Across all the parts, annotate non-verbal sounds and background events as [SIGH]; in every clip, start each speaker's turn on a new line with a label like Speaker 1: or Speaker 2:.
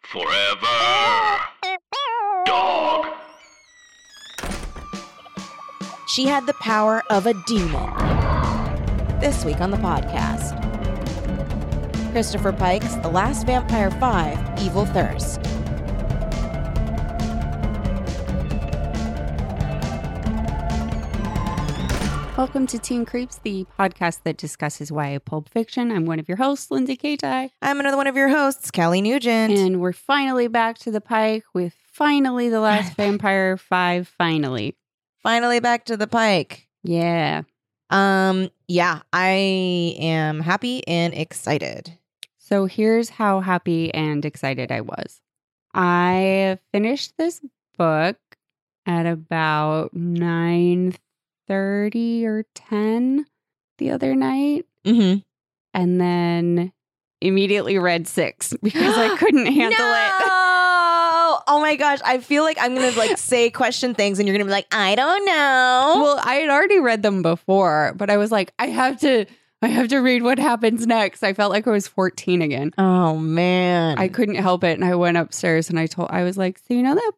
Speaker 1: Forever. Dog.
Speaker 2: She had the power of a demon. This week on the podcast Christopher Pike's The Last Vampire 5 Evil Thirst.
Speaker 3: Welcome to Teen Creeps, the podcast that discusses YA pulp fiction. I'm one of your hosts, Lindsay Kaitai,
Speaker 2: I'm another one of your hosts, Callie Nugent.
Speaker 3: and we're finally back to the Pike with finally the last Vampire Five. Finally,
Speaker 2: Finally back to the Pike.
Speaker 3: yeah.
Speaker 2: Um, yeah, I am happy and excited.
Speaker 3: So here's how happy and excited I was. I finished this book at about nine thirty or ten the other night,
Speaker 2: Mm-hmm.
Speaker 3: and then immediately read six [LAUGHS] because I couldn't handle it.
Speaker 2: [LAUGHS] Oh my gosh, I feel like I'm gonna like say question things and you're gonna be like, I don't know.
Speaker 3: Well, I had already read them before, but I was like, I have to, I have to read what happens next. I felt like I was 14 again.
Speaker 2: Oh man.
Speaker 3: I couldn't help it. And I went upstairs and I told, I was like, so you know that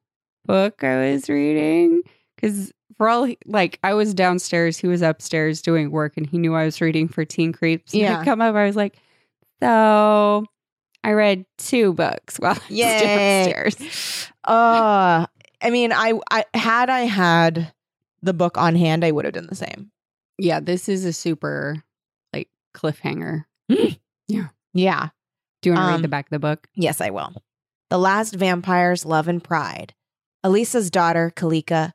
Speaker 3: book I was reading? Cause for all, he- like, I was downstairs, he was upstairs doing work and he knew I was reading for Teen Creeps. And
Speaker 2: Yeah.
Speaker 3: I come up, I was like, so I read two books while I was
Speaker 2: Yay.
Speaker 3: downstairs.
Speaker 2: Uh I mean, I, I had I had the book on hand, I would have done the same.
Speaker 3: Yeah, this is a super, like, cliffhanger.
Speaker 2: Yeah.
Speaker 3: Do you want to
Speaker 2: Um,
Speaker 3: read the back of the book?
Speaker 2: Yes, I will. The Last Vampire's Love and Pride. Elisa's daughter, Kalika,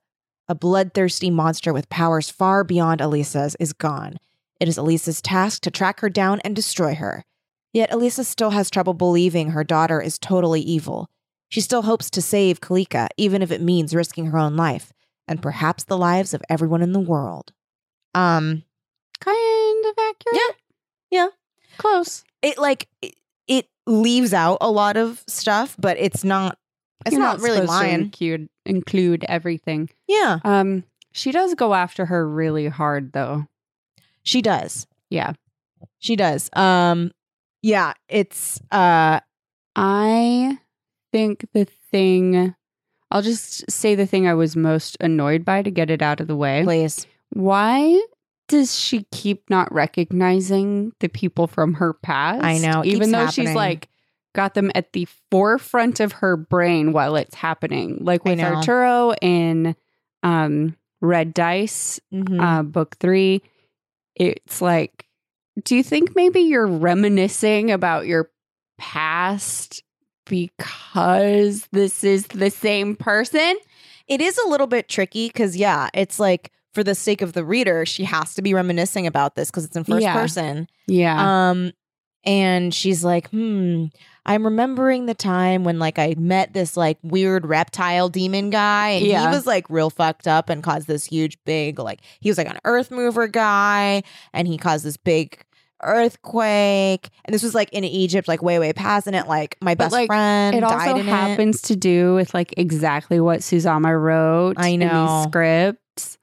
Speaker 2: a bloodthirsty monster with powers far beyond Elisa's, is gone. It is Elisa's task to track her down and destroy her. Yet Elisa still has trouble believing her daughter is totally evil. She still hopes to save Kalika, even if it means risking her own life and perhaps the lives of everyone in the world. Um,
Speaker 3: kind of accurate.
Speaker 2: Yeah. Yeah.
Speaker 3: Close.
Speaker 2: it like it, it leaves out a lot of stuff, but it's not. It's
Speaker 3: You're
Speaker 2: not, really
Speaker 3: supposed to
Speaker 2: lying.
Speaker 3: Include, include everything.
Speaker 2: Yeah,
Speaker 3: Um, she does go after her really hard though.
Speaker 2: she does.
Speaker 3: Yeah.
Speaker 2: She does. Um yeah, it's uh
Speaker 3: I think the thing I'll just say the thing I was most annoyed by to get it out of the way.
Speaker 2: please.
Speaker 3: Why does she keep not recognizing the people from her past?
Speaker 2: I know, it keeps
Speaker 3: Even though
Speaker 2: happening.
Speaker 3: she's like got them at the forefront of her brain while it's happening. Like
Speaker 2: I
Speaker 3: with
Speaker 2: know.
Speaker 3: Arturo in um Red Dice,
Speaker 2: Mm-hmm.
Speaker 3: uh,
Speaker 2: Mm.
Speaker 3: book three, it's like, do you think maybe you're reminiscing about your past because this is the same person?
Speaker 2: it is a little bit tricky cuz yeah, it's like for the sake of the reader, she has to be reminiscing about this cuz it's in first
Speaker 3: Yeah.
Speaker 2: person.
Speaker 3: Yeah.
Speaker 2: Um and she's like, "Hmm, I'm remembering the time when like I met this like weird reptile demon guy and
Speaker 3: Yeah.
Speaker 2: he was like real fucked up and caused this huge big like he was like an earth mover guy and he caused this big earthquake and this was like in Egypt like way way past and it like my
Speaker 3: But,
Speaker 2: best
Speaker 3: like,
Speaker 2: friend
Speaker 3: it
Speaker 2: died
Speaker 3: also
Speaker 2: in it.
Speaker 3: happens to do with like exactly what Suzama wrote
Speaker 2: I
Speaker 3: in
Speaker 2: know.
Speaker 3: these scripts.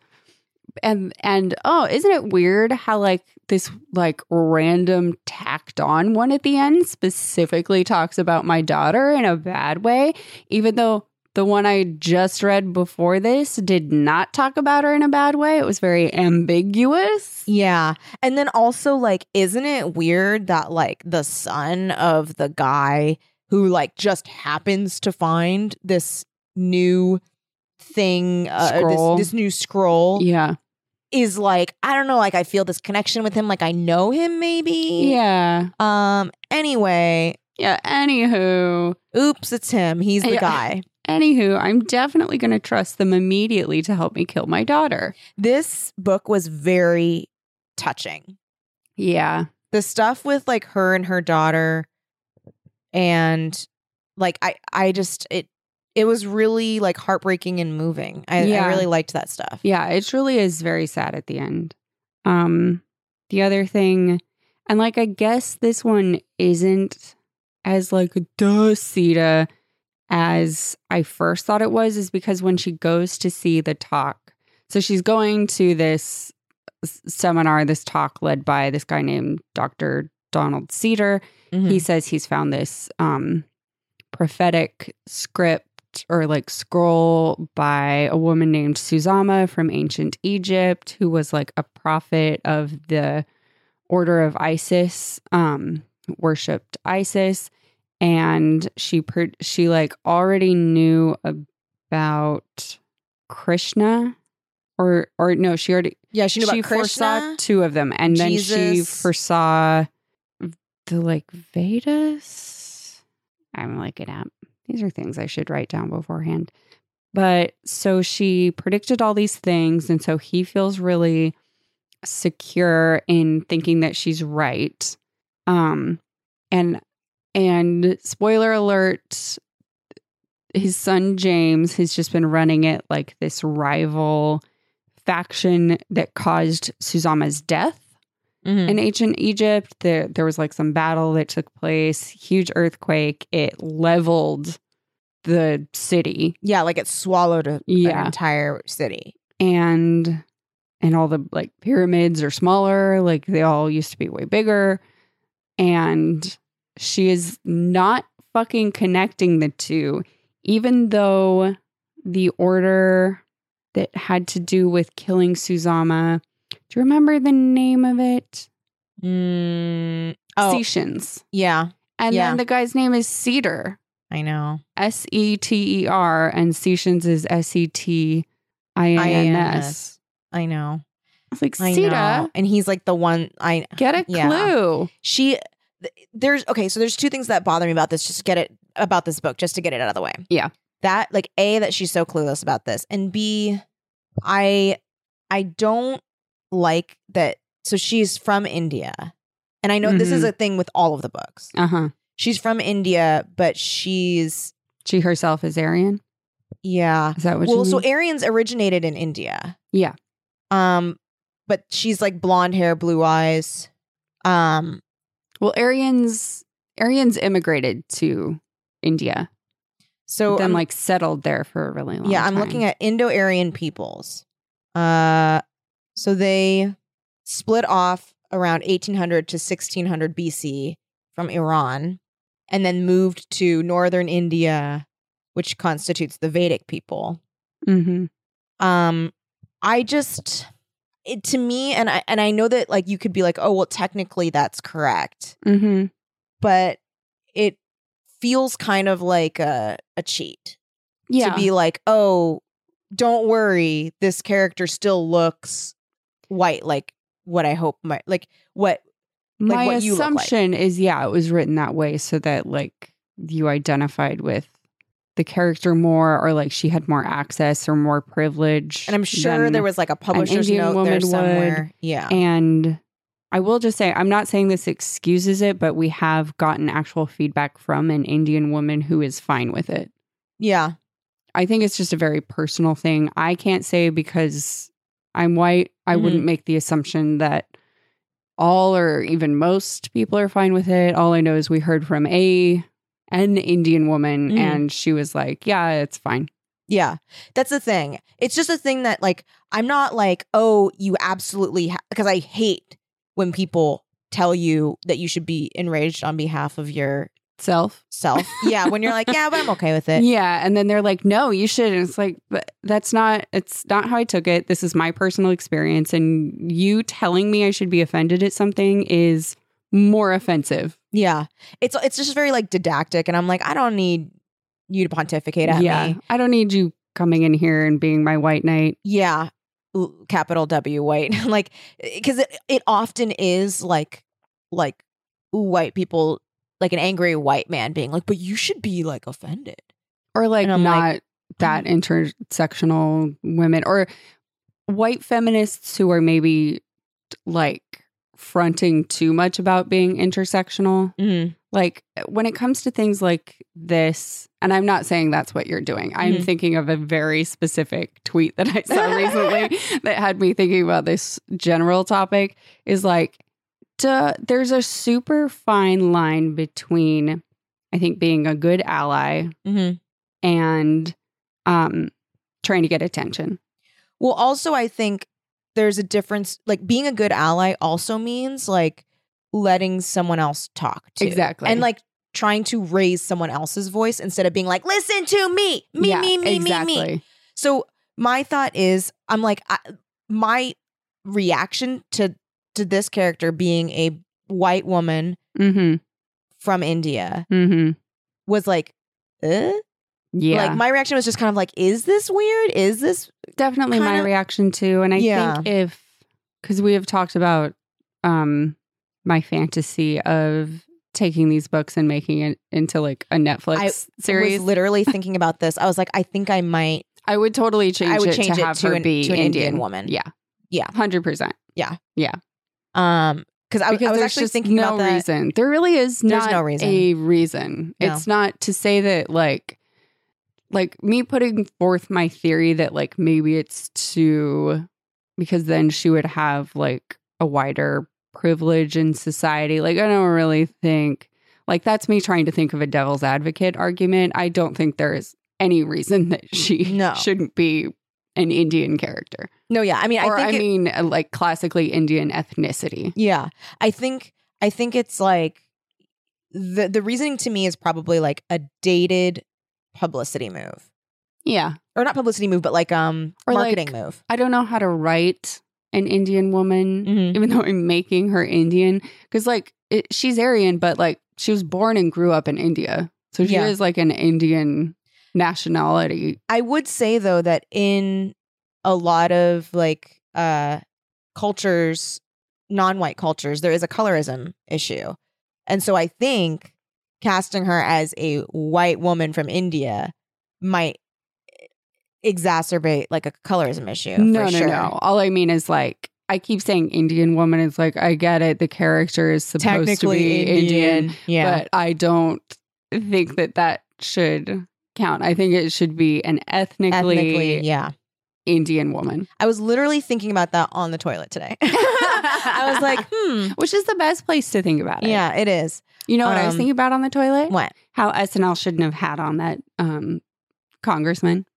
Speaker 3: And and oh, isn't it weird how like this like random tacked on one at the end specifically talks about my daughter in a bad way, even though the one I just read before this did not talk about her in a bad way. It was very ambiguous.
Speaker 2: Yeah. And then also like isn't it weird that like the son of the guy who like just happens to find this new thing uh,
Speaker 3: Scroll.
Speaker 2: this, this new scroll
Speaker 3: Yeah.
Speaker 2: is like I don't know like I feel this connection with him like I know him maybe.
Speaker 3: Yeah.
Speaker 2: Um anyway,
Speaker 3: Yeah. Anywho.
Speaker 2: oops, it's him. He's the
Speaker 3: Yeah.
Speaker 2: guy.
Speaker 3: Anywho, I'm definitely going to trust them immediately to help me kill my daughter.
Speaker 2: This book was very touching.
Speaker 3: Yeah.
Speaker 2: the stuff with like her and her daughter and like I I just it it was really like heartbreaking and moving. I, I
Speaker 3: Yeah.
Speaker 2: really liked that stuff.
Speaker 3: Yeah, it truly is very sad at the end. Um the other thing and like I guess this one isn't as like duh Sita as I first thought it was is because when she goes to see the talk. So she's going to this s- seminar, this talk led by this guy named Dr. Donald Cedar
Speaker 2: Hmm.
Speaker 3: he says he's found this um prophetic script or like scroll by a woman named Suzama from ancient Egypt who was like a prophet of the order of Isis um worshiped Isis and she pr- she like already knew about Krishna or or no she already
Speaker 2: yeah, she knew about
Speaker 3: foresaw
Speaker 2: Krishna.
Speaker 3: two of them, and then she
Speaker 2: Jesus.
Speaker 3: foresaw the like Vedas. I'm looking up. These are things I should write down beforehand. But so she predicted all these things, and so he feels really secure in thinking that she's right. Um, and and spoiler alert, his son James has just been running it like this rival faction that caused Suzama's death
Speaker 2: Mhm.
Speaker 3: in ancient Egypt. There, there was like some battle that took place, huge earthquake. It leveled the city
Speaker 2: yeah, like it swallowed a, an
Speaker 3: Yeah.
Speaker 2: entire city.
Speaker 3: and and all the like pyramids are smaller like they all used to be way bigger and she is not fucking connecting the two even though the order that had to do with killing Suzama do you remember the name of it
Speaker 2: Mm, oh,
Speaker 3: Sessions
Speaker 2: yeah,
Speaker 3: and
Speaker 2: Yeah.
Speaker 3: then the guy's name is Cedar
Speaker 2: I know.
Speaker 3: S E T E R and Sessions is S E T I N S
Speaker 2: INS. uh, I know.
Speaker 3: It's like
Speaker 2: I
Speaker 3: Sita
Speaker 2: know. And he's like the one I
Speaker 3: Get a
Speaker 2: Yeah.
Speaker 3: clue.
Speaker 2: she th- there's okay so there's two things that bother me about this just to get it about this book just to get it out of the way
Speaker 3: Yeah.
Speaker 2: that like a that she's so clueless about this and b i i don't like that so she's from india and i know this is
Speaker 3: Mhm.
Speaker 2: a thing with all of the books
Speaker 3: Uh huh.
Speaker 2: she's from india but she's
Speaker 3: She herself is Aryan.
Speaker 2: yeah
Speaker 3: Is that what
Speaker 2: well
Speaker 3: you
Speaker 2: so
Speaker 3: mean?
Speaker 2: arians originated in india
Speaker 3: Yeah.
Speaker 2: um but she's like blonde hair blue eyes um
Speaker 3: well, Aryans Aryans immigrated to India,
Speaker 2: so
Speaker 3: then
Speaker 2: I'm-
Speaker 3: like settled there for a really long.
Speaker 2: yeah i'm looking at indo-aryan peoples uh so they split off around 1800 to 1600 bc from iran and then moved to northern india which constitutes the vedic people
Speaker 3: hmm
Speaker 2: um i just it, to me and i and i know that like you could be like oh well technically that's correct
Speaker 3: hmm
Speaker 2: but it feels kind of like a a cheat
Speaker 3: Yeah.
Speaker 2: to be like, oh, don't worry, this character still looks white, like what I hope my like what like
Speaker 3: My
Speaker 2: what you look like.
Speaker 3: assumption is yeah, it was written that way so that like you identified with the character more, or like she had more access or more privilege.
Speaker 2: and I'm sure
Speaker 3: than-
Speaker 2: there was like a publisher's
Speaker 3: um, Indian
Speaker 2: note there
Speaker 3: woman would.
Speaker 2: somewhere. Yeah.
Speaker 3: And I will just say, I'm not saying this excuses it, but we have gotten actual feedback from an Indian woman who is fine with it.
Speaker 2: yeah.
Speaker 3: I think it's just a very personal thing. I can't say because I'm white, I
Speaker 2: Mhm.
Speaker 3: wouldn't make the assumption that all or even most people are fine with it. All I know is we heard from a an Indian woman
Speaker 2: Mm.
Speaker 3: and she was like, "Yeah, it's fine."
Speaker 2: Yeah. That's the thing. It's just a thing that like I'm not like, oh, you absolutely ha-, because I hate when people tell you that you should be enraged on behalf of yourself.
Speaker 3: Self.
Speaker 2: yeah, when you're
Speaker 3: [LAUGHS]
Speaker 2: like, yeah, but I'm okay with it.
Speaker 3: Yeah, and then they're like, "No, you should." And it's like, but that's not. It's not how I took it. This is my personal experience, and you telling me I should be offended at something is more offensive.
Speaker 2: Yeah. It's it's just very like didactic and I'm like, I don't need you to pontificate at me.
Speaker 3: I don't need you coming in here and being my white knight.
Speaker 2: Yeah. L- Capital W white. [LAUGHS] like cuz it, it often is like like white people like an angry white man being like, "But you should be like offended."
Speaker 3: or like
Speaker 2: And I'm
Speaker 3: not
Speaker 2: like, "Mm-hmm."
Speaker 3: that intersectional women or white feminists who are maybe like fronting too much about being intersectional
Speaker 2: Mm.
Speaker 3: like uh, when it comes to things like this, and I'm not saying that's what you're doing. I'm
Speaker 2: Mhm.
Speaker 3: thinking of a very specific tweet that I saw
Speaker 2: [LAUGHS]
Speaker 3: recently that had me thinking about this general topic is like duh, there's a super fine line between I think being a good ally
Speaker 2: Mm-hmm.
Speaker 3: and um trying to get attention.
Speaker 2: Well, also, I think there's a difference. Like being a good ally also means like letting someone else talk to.
Speaker 3: Exactly.
Speaker 2: And like trying to raise someone else's voice instead of being like, listen to me, me,
Speaker 3: Yeah,
Speaker 2: me, me, me, me. So my thought is, I'm like, I, my reaction to to this character being a white woman
Speaker 3: Mhm.
Speaker 2: from India
Speaker 3: Mhm.
Speaker 2: was like, eh?
Speaker 3: Yeah.
Speaker 2: like my reaction was just kind of like, is this weird? Is this
Speaker 3: definitely my
Speaker 2: kinda-
Speaker 3: reaction too and i
Speaker 2: Yeah.
Speaker 3: think if because we have talked about um my fantasy of taking these books and making it into like a netflix
Speaker 2: I
Speaker 3: series
Speaker 2: was literally thinking about this? I was like, I think I might.
Speaker 3: i would totally change
Speaker 2: I would
Speaker 3: it
Speaker 2: change
Speaker 3: to
Speaker 2: it
Speaker 3: have
Speaker 2: to
Speaker 3: her
Speaker 2: an-
Speaker 3: be
Speaker 2: to an Indian
Speaker 3: indian
Speaker 2: woman.
Speaker 3: yeah
Speaker 2: Yeah.
Speaker 3: 100%
Speaker 2: Um, because I,
Speaker 3: because
Speaker 2: I was
Speaker 3: there's
Speaker 2: actually
Speaker 3: just
Speaker 2: thinking
Speaker 3: no
Speaker 2: about that.
Speaker 3: reason. There really is
Speaker 2: There's
Speaker 3: not
Speaker 2: no reason.
Speaker 3: a reason.
Speaker 2: No.
Speaker 3: It's not to say that like like me putting forth my theory that like maybe it's to because then she would have like a wider privilege in society. Like I don't really think like that's me trying to think of a devil's advocate argument. I don't think there is any reason [LAUGHS] that she
Speaker 2: No.
Speaker 3: shouldn't be an Indian character.
Speaker 2: No, yeah. I mean,
Speaker 3: or
Speaker 2: I think
Speaker 3: I
Speaker 2: it-
Speaker 3: mean uh, like classically Indian ethnicity.
Speaker 2: Yeah. I think I think it's like the the reasoning to me is probably like a dated publicity move.
Speaker 3: Yeah.
Speaker 2: Or not publicity move, but like um
Speaker 3: Or, like,
Speaker 2: marketing move.
Speaker 3: I don't know how to write an Indian woman,
Speaker 2: Mhm.
Speaker 3: even [LAUGHS] though I'm making her Indian. Because, like, it, she's Aryan, but, like, she was born and grew up in India. So she
Speaker 2: Yeah.
Speaker 3: is, like, an Indian nationality.
Speaker 2: I would say though that in a lot of like uh cultures, non-white cultures, there is a colorism issue. And so I think casting her as a white woman from India might e-, exacerbate like a colorism issue.
Speaker 3: no,
Speaker 2: for
Speaker 3: no,
Speaker 2: sure.
Speaker 3: no. All I mean is, like, I keep saying Indian woman. It's like, I get it. The character is supposed to be Indian,
Speaker 2: Yeah.
Speaker 3: but I don't think that that should count. I think it should be an ethnically,
Speaker 2: Ethnically, yeah.
Speaker 3: Indian woman.
Speaker 2: I was literally thinking about that on the toilet today. [LAUGHS] I was like, hmm.
Speaker 3: Which is the best place to think about it.
Speaker 2: Yeah, it is.
Speaker 3: You know what I was
Speaker 2: Um,
Speaker 3: thinking about on the toilet?
Speaker 2: What?
Speaker 3: How SNL shouldn't have had on that um, congressman to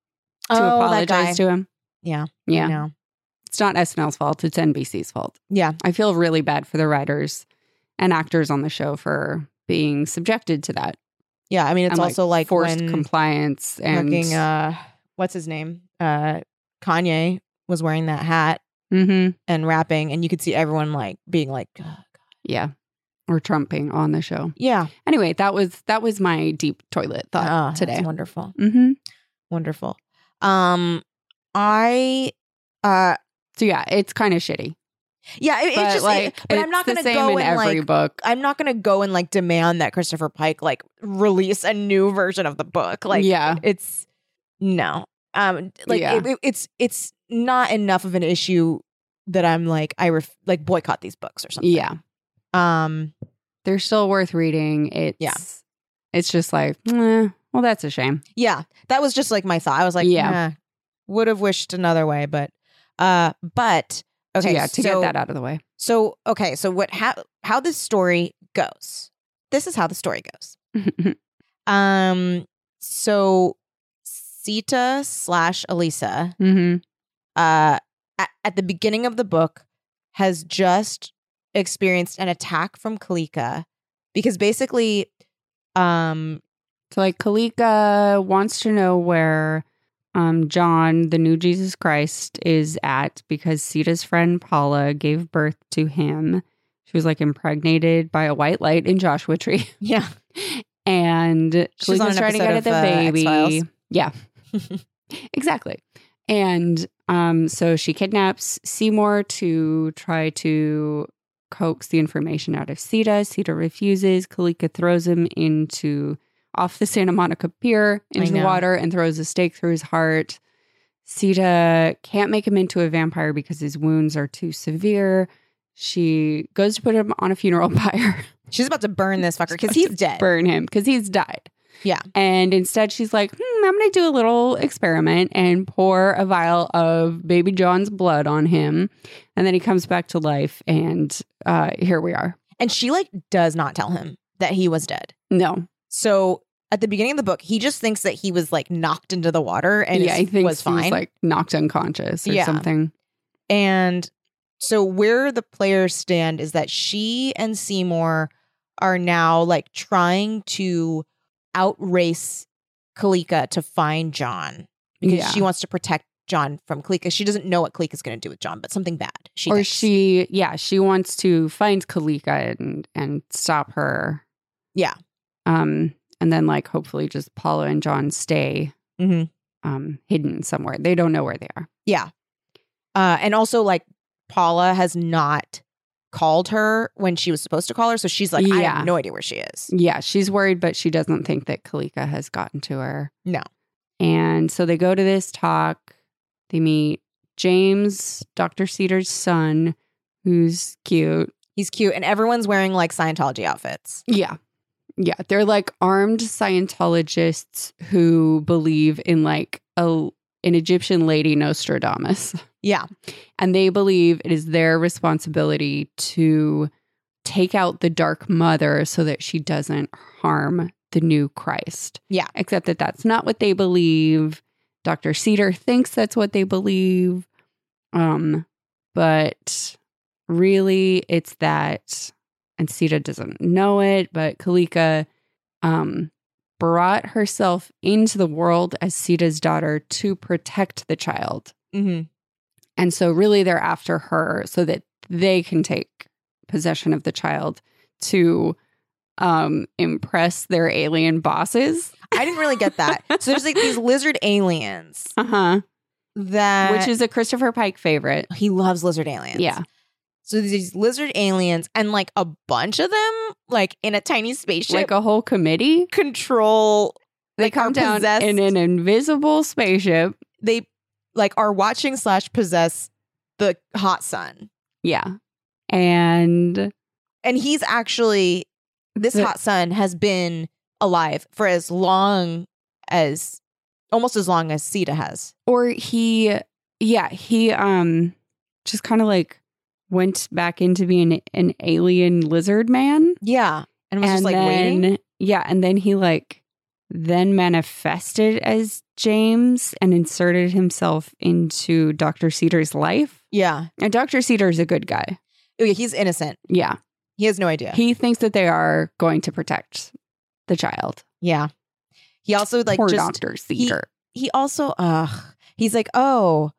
Speaker 2: Oh, that guy.
Speaker 3: apologize to him.
Speaker 2: Yeah,
Speaker 3: Yeah.
Speaker 2: I know.
Speaker 3: It's not SNL's fault. It's NBC's fault.
Speaker 2: Yeah.
Speaker 3: I feel really bad for the writers and actors on the show for being subjected to that.
Speaker 2: Yeah. I mean, it's
Speaker 3: And,
Speaker 2: also like,
Speaker 3: forced
Speaker 2: when
Speaker 3: compliance and.
Speaker 2: fucking, uh, what's his name? Uh, Kanye was wearing that hat
Speaker 3: Mhm.
Speaker 2: and rapping, and you could see everyone like being like, "Ugh."
Speaker 3: Yeah. Or Trump being on the show.
Speaker 2: yeah,
Speaker 3: Anyway, that was that was my deep toilet thought
Speaker 2: Ah, that's
Speaker 3: uh, today.
Speaker 2: wonderful.
Speaker 3: Mm-hmm.
Speaker 2: Wonderful. Um, I, uh,
Speaker 3: So yeah, it's kind of shitty.
Speaker 2: yeah, it, it's
Speaker 3: but
Speaker 2: just, it-
Speaker 3: like,
Speaker 2: but
Speaker 3: it's
Speaker 2: I'm not
Speaker 3: the
Speaker 2: going to
Speaker 3: same
Speaker 2: go
Speaker 3: in
Speaker 2: and
Speaker 3: every
Speaker 2: like,
Speaker 3: book.
Speaker 2: I'm not gonna go and like demand that Christopher Pike like release a new version of the book. Like,
Speaker 3: yeah,
Speaker 2: it's no, um, like
Speaker 3: Yeah.
Speaker 2: it- it- it's it's not enough of an issue that I'm like I ref- like boycott these books or something.
Speaker 3: yeah,
Speaker 2: Um.
Speaker 3: they're still worth reading. It's
Speaker 2: Yeah.
Speaker 3: it's just like, eh, well, that's a shame.
Speaker 2: Yeah. That was just like my thought. I was like,
Speaker 3: Yeah.
Speaker 2: yeah, would have wished another way, but uh, but
Speaker 3: So,
Speaker 2: okay.
Speaker 3: yeah,
Speaker 2: so-
Speaker 3: to get that out of the way. [LAUGHS]
Speaker 2: So okay. So what? How how this story goes? This is how the story goes.
Speaker 3: Mm-hmm.
Speaker 2: Um. So Sita slash Elisa,
Speaker 3: hmm
Speaker 2: uh, at, at the beginning of the book, has just experienced an attack from Kalika because basically, um,
Speaker 3: So like, Kalika wants to know where um, John, the new Jesus Christ, is at because Sita's friend Paula gave birth to him. She was like impregnated by a white light in Joshua Tree. [LAUGHS]
Speaker 2: yeah,
Speaker 3: and
Speaker 2: She's
Speaker 3: Kalika's
Speaker 2: on an
Speaker 3: trying to
Speaker 2: episode
Speaker 3: get
Speaker 2: of,
Speaker 3: at the
Speaker 2: uh,
Speaker 3: baby.
Speaker 2: X-Files. [LAUGHS]
Speaker 3: Yeah, exactly. And um, so she kidnaps Seymour to try to coax the information out of Sita. Sita refuses. Kalika throws him into off the Santa Monica Pier into the
Speaker 2: know.
Speaker 3: water and throws a stake through his heart. Sita can't make him into a vampire because his wounds are too severe. she goes to put him on a funeral [LAUGHS] pyre,
Speaker 2: She's about to burn this fucker because
Speaker 3: about
Speaker 2: he's
Speaker 3: to
Speaker 2: dead.
Speaker 3: burn him because he's died.
Speaker 2: Yeah.
Speaker 3: And instead, she's like, hmm, I'm going to do a little experiment and pour a vial of baby John's blood on him. And then he comes back to life. And uh, here we are.
Speaker 2: And she like does not tell him that he was dead.
Speaker 3: No.
Speaker 2: So at the beginning of the book, he just thinks that he was like knocked into the water and
Speaker 3: yeah, I think
Speaker 2: was
Speaker 3: he
Speaker 2: fine.
Speaker 3: was like knocked unconscious or
Speaker 2: Yeah.
Speaker 3: something.
Speaker 2: and so where the players stand is that she and Seymour are now like trying to outrace Kalika to find John because
Speaker 3: yeah.
Speaker 2: she wants to protect John from Kalika. She doesn't know what Kalika's going to do with John, but something bad. She
Speaker 3: or
Speaker 2: thinks.
Speaker 3: she, yeah, she wants to find Kalika and and stop her.
Speaker 2: Yeah.
Speaker 3: Um, and then like hopefully just Paula and John stay
Speaker 2: Mhm.
Speaker 3: um hidden somewhere. They don't know where they are.
Speaker 2: Uh, and also, like, Paula has not called her when she was supposed to call her. So she's like, I
Speaker 3: Yeah.
Speaker 2: have no idea where she is.
Speaker 3: Yeah, she's worried, but she doesn't think that Kalika has gotten to her.
Speaker 2: No.
Speaker 3: And so they go to this talk. They meet James, Dr. Cedar's son, who's cute.
Speaker 2: He's cute. And everyone's wearing like Scientology outfits.
Speaker 3: Yeah. Yeah. They're like armed Scientologists who believe in like a an Egyptian lady Nostradamus.
Speaker 2: Yeah.
Speaker 3: And they believe it is their responsibility to take out the dark mother so that she doesn't harm the new Christ.
Speaker 2: Yeah.
Speaker 3: Except that that's not what they believe. Dr. Cedar thinks that's what they believe. Um, but really, it's that, and Cedar doesn't know it, but Kalika um, brought herself into the world as Sita's daughter to protect the child.
Speaker 2: Mm-hmm.
Speaker 3: And so, really, they're after her so that they can take possession of the child to um, impress their alien bosses.
Speaker 2: I didn't really get that. so there's like these lizard aliens
Speaker 3: Uh huh.
Speaker 2: that.
Speaker 3: Which is a Christopher Pike favorite.
Speaker 2: He loves lizard aliens.
Speaker 3: Yeah.
Speaker 2: So there's these lizard aliens and like a bunch of them, like in a tiny spaceship,
Speaker 3: Like a whole committee.
Speaker 2: control.
Speaker 3: They
Speaker 2: Like, are
Speaker 3: come down
Speaker 2: possessed.
Speaker 3: in an invisible spaceship.
Speaker 2: They like are watching slash possess the hot sun.
Speaker 3: Yeah. And
Speaker 2: and he's actually this
Speaker 3: The-
Speaker 2: hot son has been alive for as long as almost as long as Sita has.
Speaker 3: or he yeah he um just kind of like went back into being an alien lizard man
Speaker 2: Yeah, and was
Speaker 3: and
Speaker 2: just like
Speaker 3: then
Speaker 2: waiting.
Speaker 3: yeah and then he like then manifested as james and inserted himself into dr cedar's life
Speaker 2: Yeah,
Speaker 3: and dr cedar's a good guy
Speaker 2: oh yeah, he's innocent.
Speaker 3: yeah
Speaker 2: He has no idea.
Speaker 3: he thinks that they are going to protect the child
Speaker 2: yeah, he also like
Speaker 3: poor
Speaker 2: just
Speaker 3: dr cedar
Speaker 2: he also ugh he's like oh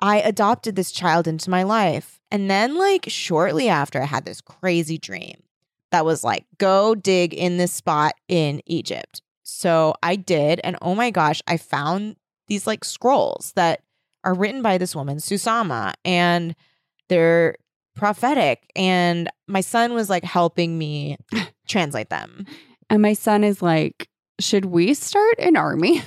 Speaker 2: I adopted this child into my life, and then like shortly after I had this crazy dream that was like go dig in this spot in Egypt. So I did, and oh my gosh, I found these like scrolls that are written by this woman Susama, and they're prophetic. And my son was like helping me translate them.
Speaker 3: and my son is like should we start an army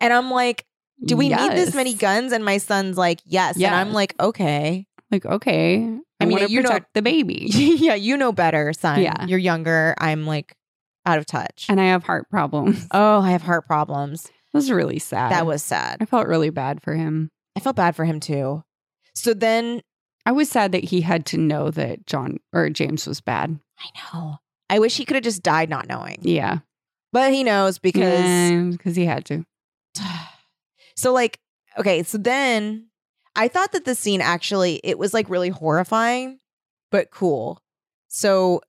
Speaker 2: And I'm like, do we need this many
Speaker 3: Yes.
Speaker 2: guns? And my son's like, yes. And I'm
Speaker 3: Yes.
Speaker 2: like, okay.
Speaker 3: Like, okay, I,
Speaker 2: mean,
Speaker 3: want to
Speaker 2: you know-
Speaker 3: protect the baby,
Speaker 2: [LAUGHS] yeah, you know better, son.
Speaker 3: Yeah.
Speaker 2: You're younger. I'm like out of touch.
Speaker 3: and I have heart problems. [LAUGHS] It
Speaker 2: oh, I have heart problems.
Speaker 3: was really sad.
Speaker 2: That was sad.
Speaker 3: I felt really bad for him.
Speaker 2: I felt bad for him too. So then
Speaker 3: I was sad that he had to know that John or James was bad.
Speaker 2: I know. I wish he could have just died not knowing.
Speaker 3: Yeah,
Speaker 2: But he knows because
Speaker 3: because he had to.
Speaker 2: so like okay so then i thought that the scene actually it was like really horrifying but cool so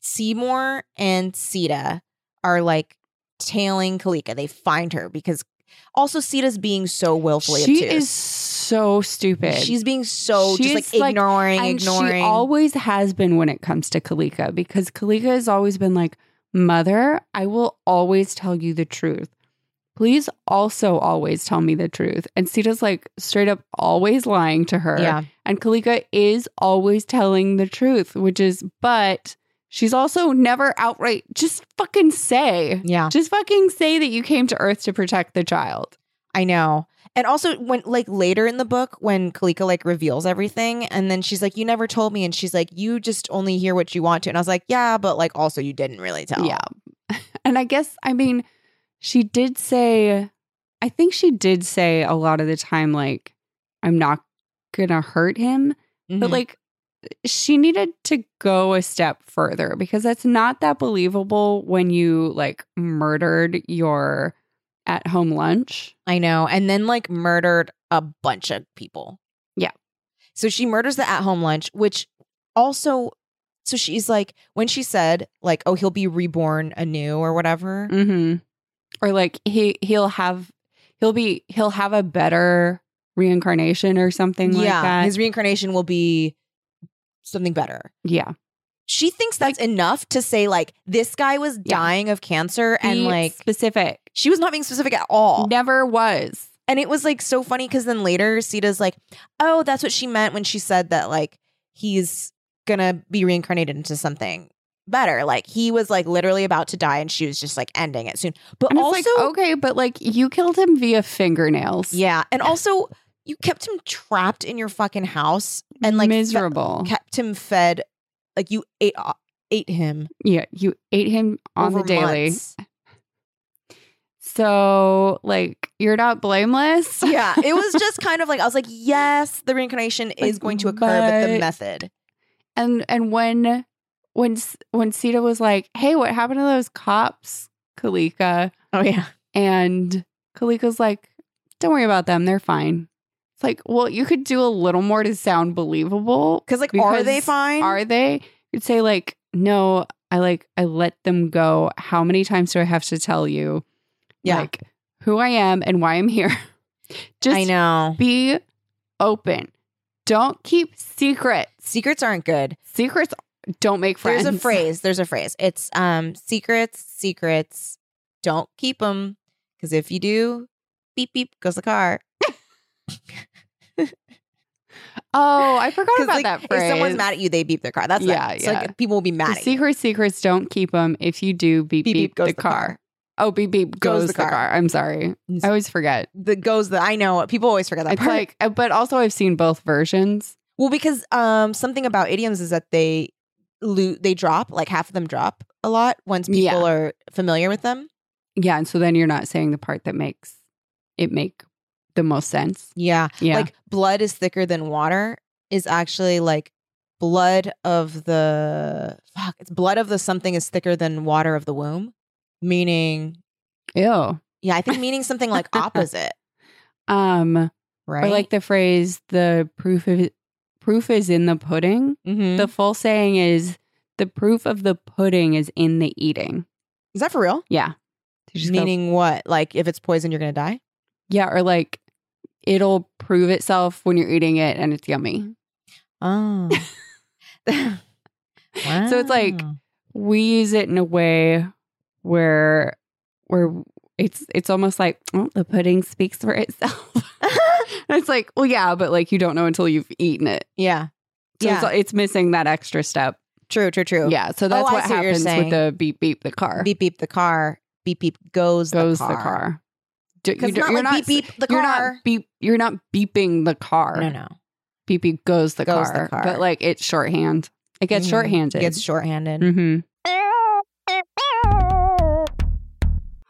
Speaker 2: seymour and sita are like tailing kalika they find her because also sita's being so willfully
Speaker 3: She
Speaker 2: obtuse
Speaker 3: is so stupid.
Speaker 2: she's being so
Speaker 3: She
Speaker 2: just
Speaker 3: is,
Speaker 2: like
Speaker 3: like-
Speaker 2: ignoring
Speaker 3: and
Speaker 2: ignoring
Speaker 3: She always has been when it comes to Kalika because Kalika has always been like, "Mother, I will always tell you the truth. Please also always tell me the truth." And Sita's like straight up always lying to her.
Speaker 2: yeah
Speaker 3: And Kalika is always telling the truth, which is, but she's also never outright just fucking say,
Speaker 2: yeah
Speaker 3: just fucking say that you came to Earth to protect the child.
Speaker 2: i know And also when like later in the book when Kalika like reveals everything and then she's like you never told me and she's like you just only hear what you want to and I was like yeah but like also you didn't really tell.
Speaker 3: Yeah. [LAUGHS] And I guess, I mean, she did say, I think she did say a lot of the time, like, I'm not going to hurt him.
Speaker 2: Mhm.
Speaker 3: But like, she needed to go a step further because that's not that believable when you like murdered your at home lunch.
Speaker 2: I know. And then like murdered a bunch of people.
Speaker 3: Yeah.
Speaker 2: So she murders the at home lunch, which also, so she's like, when she said, like, oh, he'll be reborn anew or whatever.
Speaker 3: Mm-hmm. Or like he he'll have he'll be he'll have a better reincarnation or something like
Speaker 2: yeah.
Speaker 3: that.
Speaker 2: His reincarnation will be something better.
Speaker 3: yeah.
Speaker 2: She thinks that's enough to say, like, this guy was
Speaker 3: Yeah.
Speaker 2: dying of cancer and
Speaker 3: Be
Speaker 2: like,
Speaker 3: specific.
Speaker 2: she was not being specific at all.
Speaker 3: Never was.
Speaker 2: And it was like so funny because then later Sita's like, oh, that's what she meant when she said that like he's gonna be reincarnated into something better. Like he was like literally about to die and she was just like ending it soon. But
Speaker 3: And
Speaker 2: also,
Speaker 3: it's like, oh, okay, but like you killed him via fingernails.
Speaker 2: yeah. And also, you kept him trapped in your fucking house and like fe-
Speaker 3: miserable.
Speaker 2: kept him fed. Like you ate, uh, ate him
Speaker 3: yeah, you ate him on the
Speaker 2: over
Speaker 3: daily.
Speaker 2: months.
Speaker 3: So like you're not blameless.
Speaker 2: [LAUGHS] yeah. It was just kind of like, I was like, yes, the reincarnation is going to occur, but the
Speaker 3: but-
Speaker 2: method.
Speaker 3: [LAUGHS] and and when when S- when Sita was like, "Hey, what happened to those cops, Kalika?"
Speaker 2: Oh, yeah.
Speaker 3: And Kalika's like, "Don't worry about them; they're fine." It's like, well, you could do a little more to sound believable.
Speaker 2: Because like, are they
Speaker 3: Because
Speaker 2: fine?
Speaker 3: Are they? You'd say like, "No, I like I let them go. How many times do I have to tell you,
Speaker 2: Yeah.
Speaker 3: like, who I am and why I'm here?" [LAUGHS] Just
Speaker 2: I know.
Speaker 3: be open. Don't keep secrets.
Speaker 2: Secrets aren't good.
Speaker 3: Secrets don't make friends.
Speaker 2: There's a phrase. There's a phrase. It's um secrets, secrets. Don't keep them because if you do, beep beep goes the car.
Speaker 3: Oh, I forgot
Speaker 2: [LAUGHS] 'Cause,
Speaker 3: about
Speaker 2: like,
Speaker 3: that phrase.
Speaker 2: If someone's mad at you, they beep their car. That's yeah,
Speaker 3: Yeah,
Speaker 2: yeah.
Speaker 3: yeah.
Speaker 2: Like people will be
Speaker 3: The
Speaker 2: mad at you.
Speaker 3: secret secrets don't keep them. If you do, beep
Speaker 2: Beep,
Speaker 3: beep,
Speaker 2: beep goes
Speaker 3: the,
Speaker 2: the
Speaker 3: car.
Speaker 2: car.
Speaker 3: Oh, beep beep goes, the, car. I'm sorry.
Speaker 2: It's-
Speaker 3: I always forget.
Speaker 2: The goes the I know people always forget that
Speaker 3: It's
Speaker 2: part.
Speaker 3: like, uh, but also I've seen both versions.
Speaker 2: well, because um something about idioms is that they lo- they drop like half of them drop a lot once people
Speaker 3: Yeah.
Speaker 2: are familiar with them.
Speaker 3: Yeah, and so then you're not saying the part that makes it make the most sense.
Speaker 2: Yeah,
Speaker 3: Yeah,
Speaker 2: like blood is thicker than water is actually like blood of the fuck it's blood of the something is thicker than water of the womb meaning
Speaker 3: ew.
Speaker 2: yeah i think meaning something
Speaker 3: [LAUGHS]
Speaker 2: like opposite
Speaker 3: Um,
Speaker 2: right
Speaker 3: or like the phrase, the proof of proof is in the pudding.
Speaker 2: Mhm.
Speaker 3: The full saying is the proof of the pudding is in the eating.
Speaker 2: is that for real
Speaker 3: Yeah. To just go-
Speaker 2: meaning what like if it's poison you're gonna die
Speaker 3: yeah, or like it'll prove itself when you're eating it and it's
Speaker 2: Mm-hmm.
Speaker 3: yummy.
Speaker 2: [LAUGHS]
Speaker 3: [LAUGHS]
Speaker 2: oh
Speaker 3: So it's like
Speaker 2: Wow.
Speaker 3: we use it in a way where where it's it's almost like oh, the pudding speaks for itself.
Speaker 2: [LAUGHS]
Speaker 3: [LAUGHS] and it's like, well yeah, but like you don't know until you've eten it.
Speaker 2: yeah
Speaker 3: So
Speaker 2: yeah
Speaker 3: it's, it's missing that extra step.
Speaker 2: true true true Oh,
Speaker 3: Yeah. So that's
Speaker 2: I
Speaker 3: what
Speaker 2: see what you're
Speaker 3: happens
Speaker 2: saying.
Speaker 3: with the beep beep the car.
Speaker 2: beep beep the car beep beep goes
Speaker 3: goes
Speaker 2: the car
Speaker 3: Do-
Speaker 2: because
Speaker 3: you don't-
Speaker 2: not
Speaker 3: you're
Speaker 2: like
Speaker 3: not
Speaker 2: beep beep the
Speaker 3: you're
Speaker 2: car
Speaker 3: not beep you're not beeping the car.
Speaker 2: no no
Speaker 3: Beep beep goes the,
Speaker 2: Goes the
Speaker 3: car,
Speaker 2: car.
Speaker 3: But like it's shorthand. It gets
Speaker 2: Mhm.
Speaker 3: shorthanded.
Speaker 2: Gets shorthanded.
Speaker 3: mm-hmm.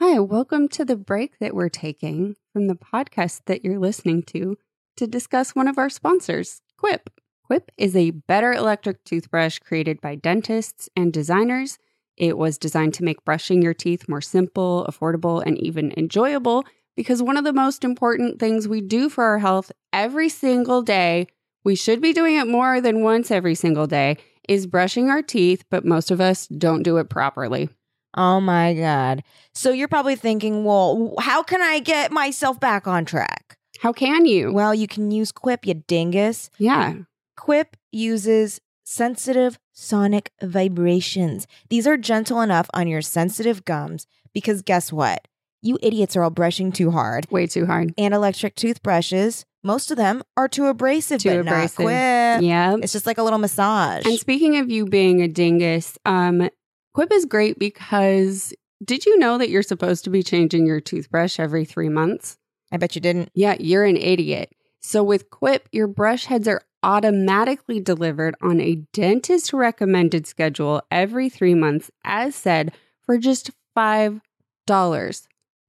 Speaker 3: Hi, welcome to the break that we're taking from the podcast that you're listening to to discuss one of our sponsors, Quip. Quip is a better electric toothbrush created by dentists and designers. It was designed to make brushing your teeth more simple, affordable, and even enjoyable because one of the most important things we do for our health every single day, we should be doing it more than once every single day, is brushing our teeth, but most of us don't do it properly.
Speaker 2: Oh my God. So you're probably thinking, well, how can I get myself back on track?
Speaker 3: How can you?
Speaker 2: Well, you can use Quip, you dingus.
Speaker 3: Yeah.
Speaker 2: Quip uses sensitive sonic vibrations. These are gentle enough on your sensitive gums because guess what? You idiots are all brushing too hard.
Speaker 3: Way too hard.
Speaker 2: And electric toothbrushes, most of them are too abrasive,
Speaker 3: Too
Speaker 2: but
Speaker 3: abrasive.
Speaker 2: not Quip.
Speaker 3: Yeah.
Speaker 2: It's just like a little massage.
Speaker 3: And speaking of you being a dingus, um, Quip is great because did you know that you're supposed to be changing your toothbrush every three months?
Speaker 2: I bet you didn't.
Speaker 3: Yeah, you're an idiot. So with Quip, your brush heads are automatically delivered on a dentist recommended schedule every three months, as said, for just $5.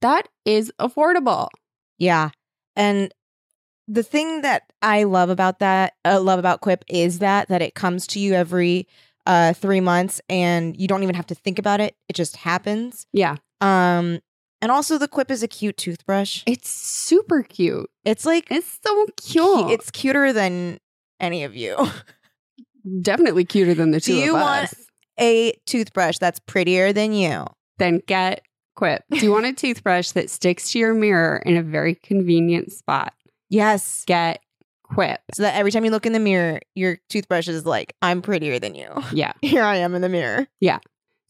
Speaker 3: That is affordable.
Speaker 2: Yeah. And the thing that I love about that, uh, love about Quip is that that it comes to you every uh 3 months and you don't even have to think about it. It just happens.
Speaker 3: Yeah.
Speaker 2: Um and also the Quip is a cute toothbrush.
Speaker 3: It's super cute.
Speaker 2: It's like
Speaker 3: It's so
Speaker 2: cu-
Speaker 3: cute.
Speaker 2: it's cuter than any of you. [LAUGHS]
Speaker 3: definitely cuter than the
Speaker 2: Do
Speaker 3: two
Speaker 2: you
Speaker 3: of
Speaker 2: want-
Speaker 3: us.
Speaker 2: a toothbrush that's prettier than you.
Speaker 3: Then get Quip. Do you want a toothbrush that sticks to your mirror in a very convenient spot?
Speaker 2: Yes.
Speaker 3: Get Quip.
Speaker 2: So that every time you look in the mirror, your toothbrush is like, I'm prettier than you. [LAUGHS]
Speaker 3: Yeah.
Speaker 2: Here I am in the mirror.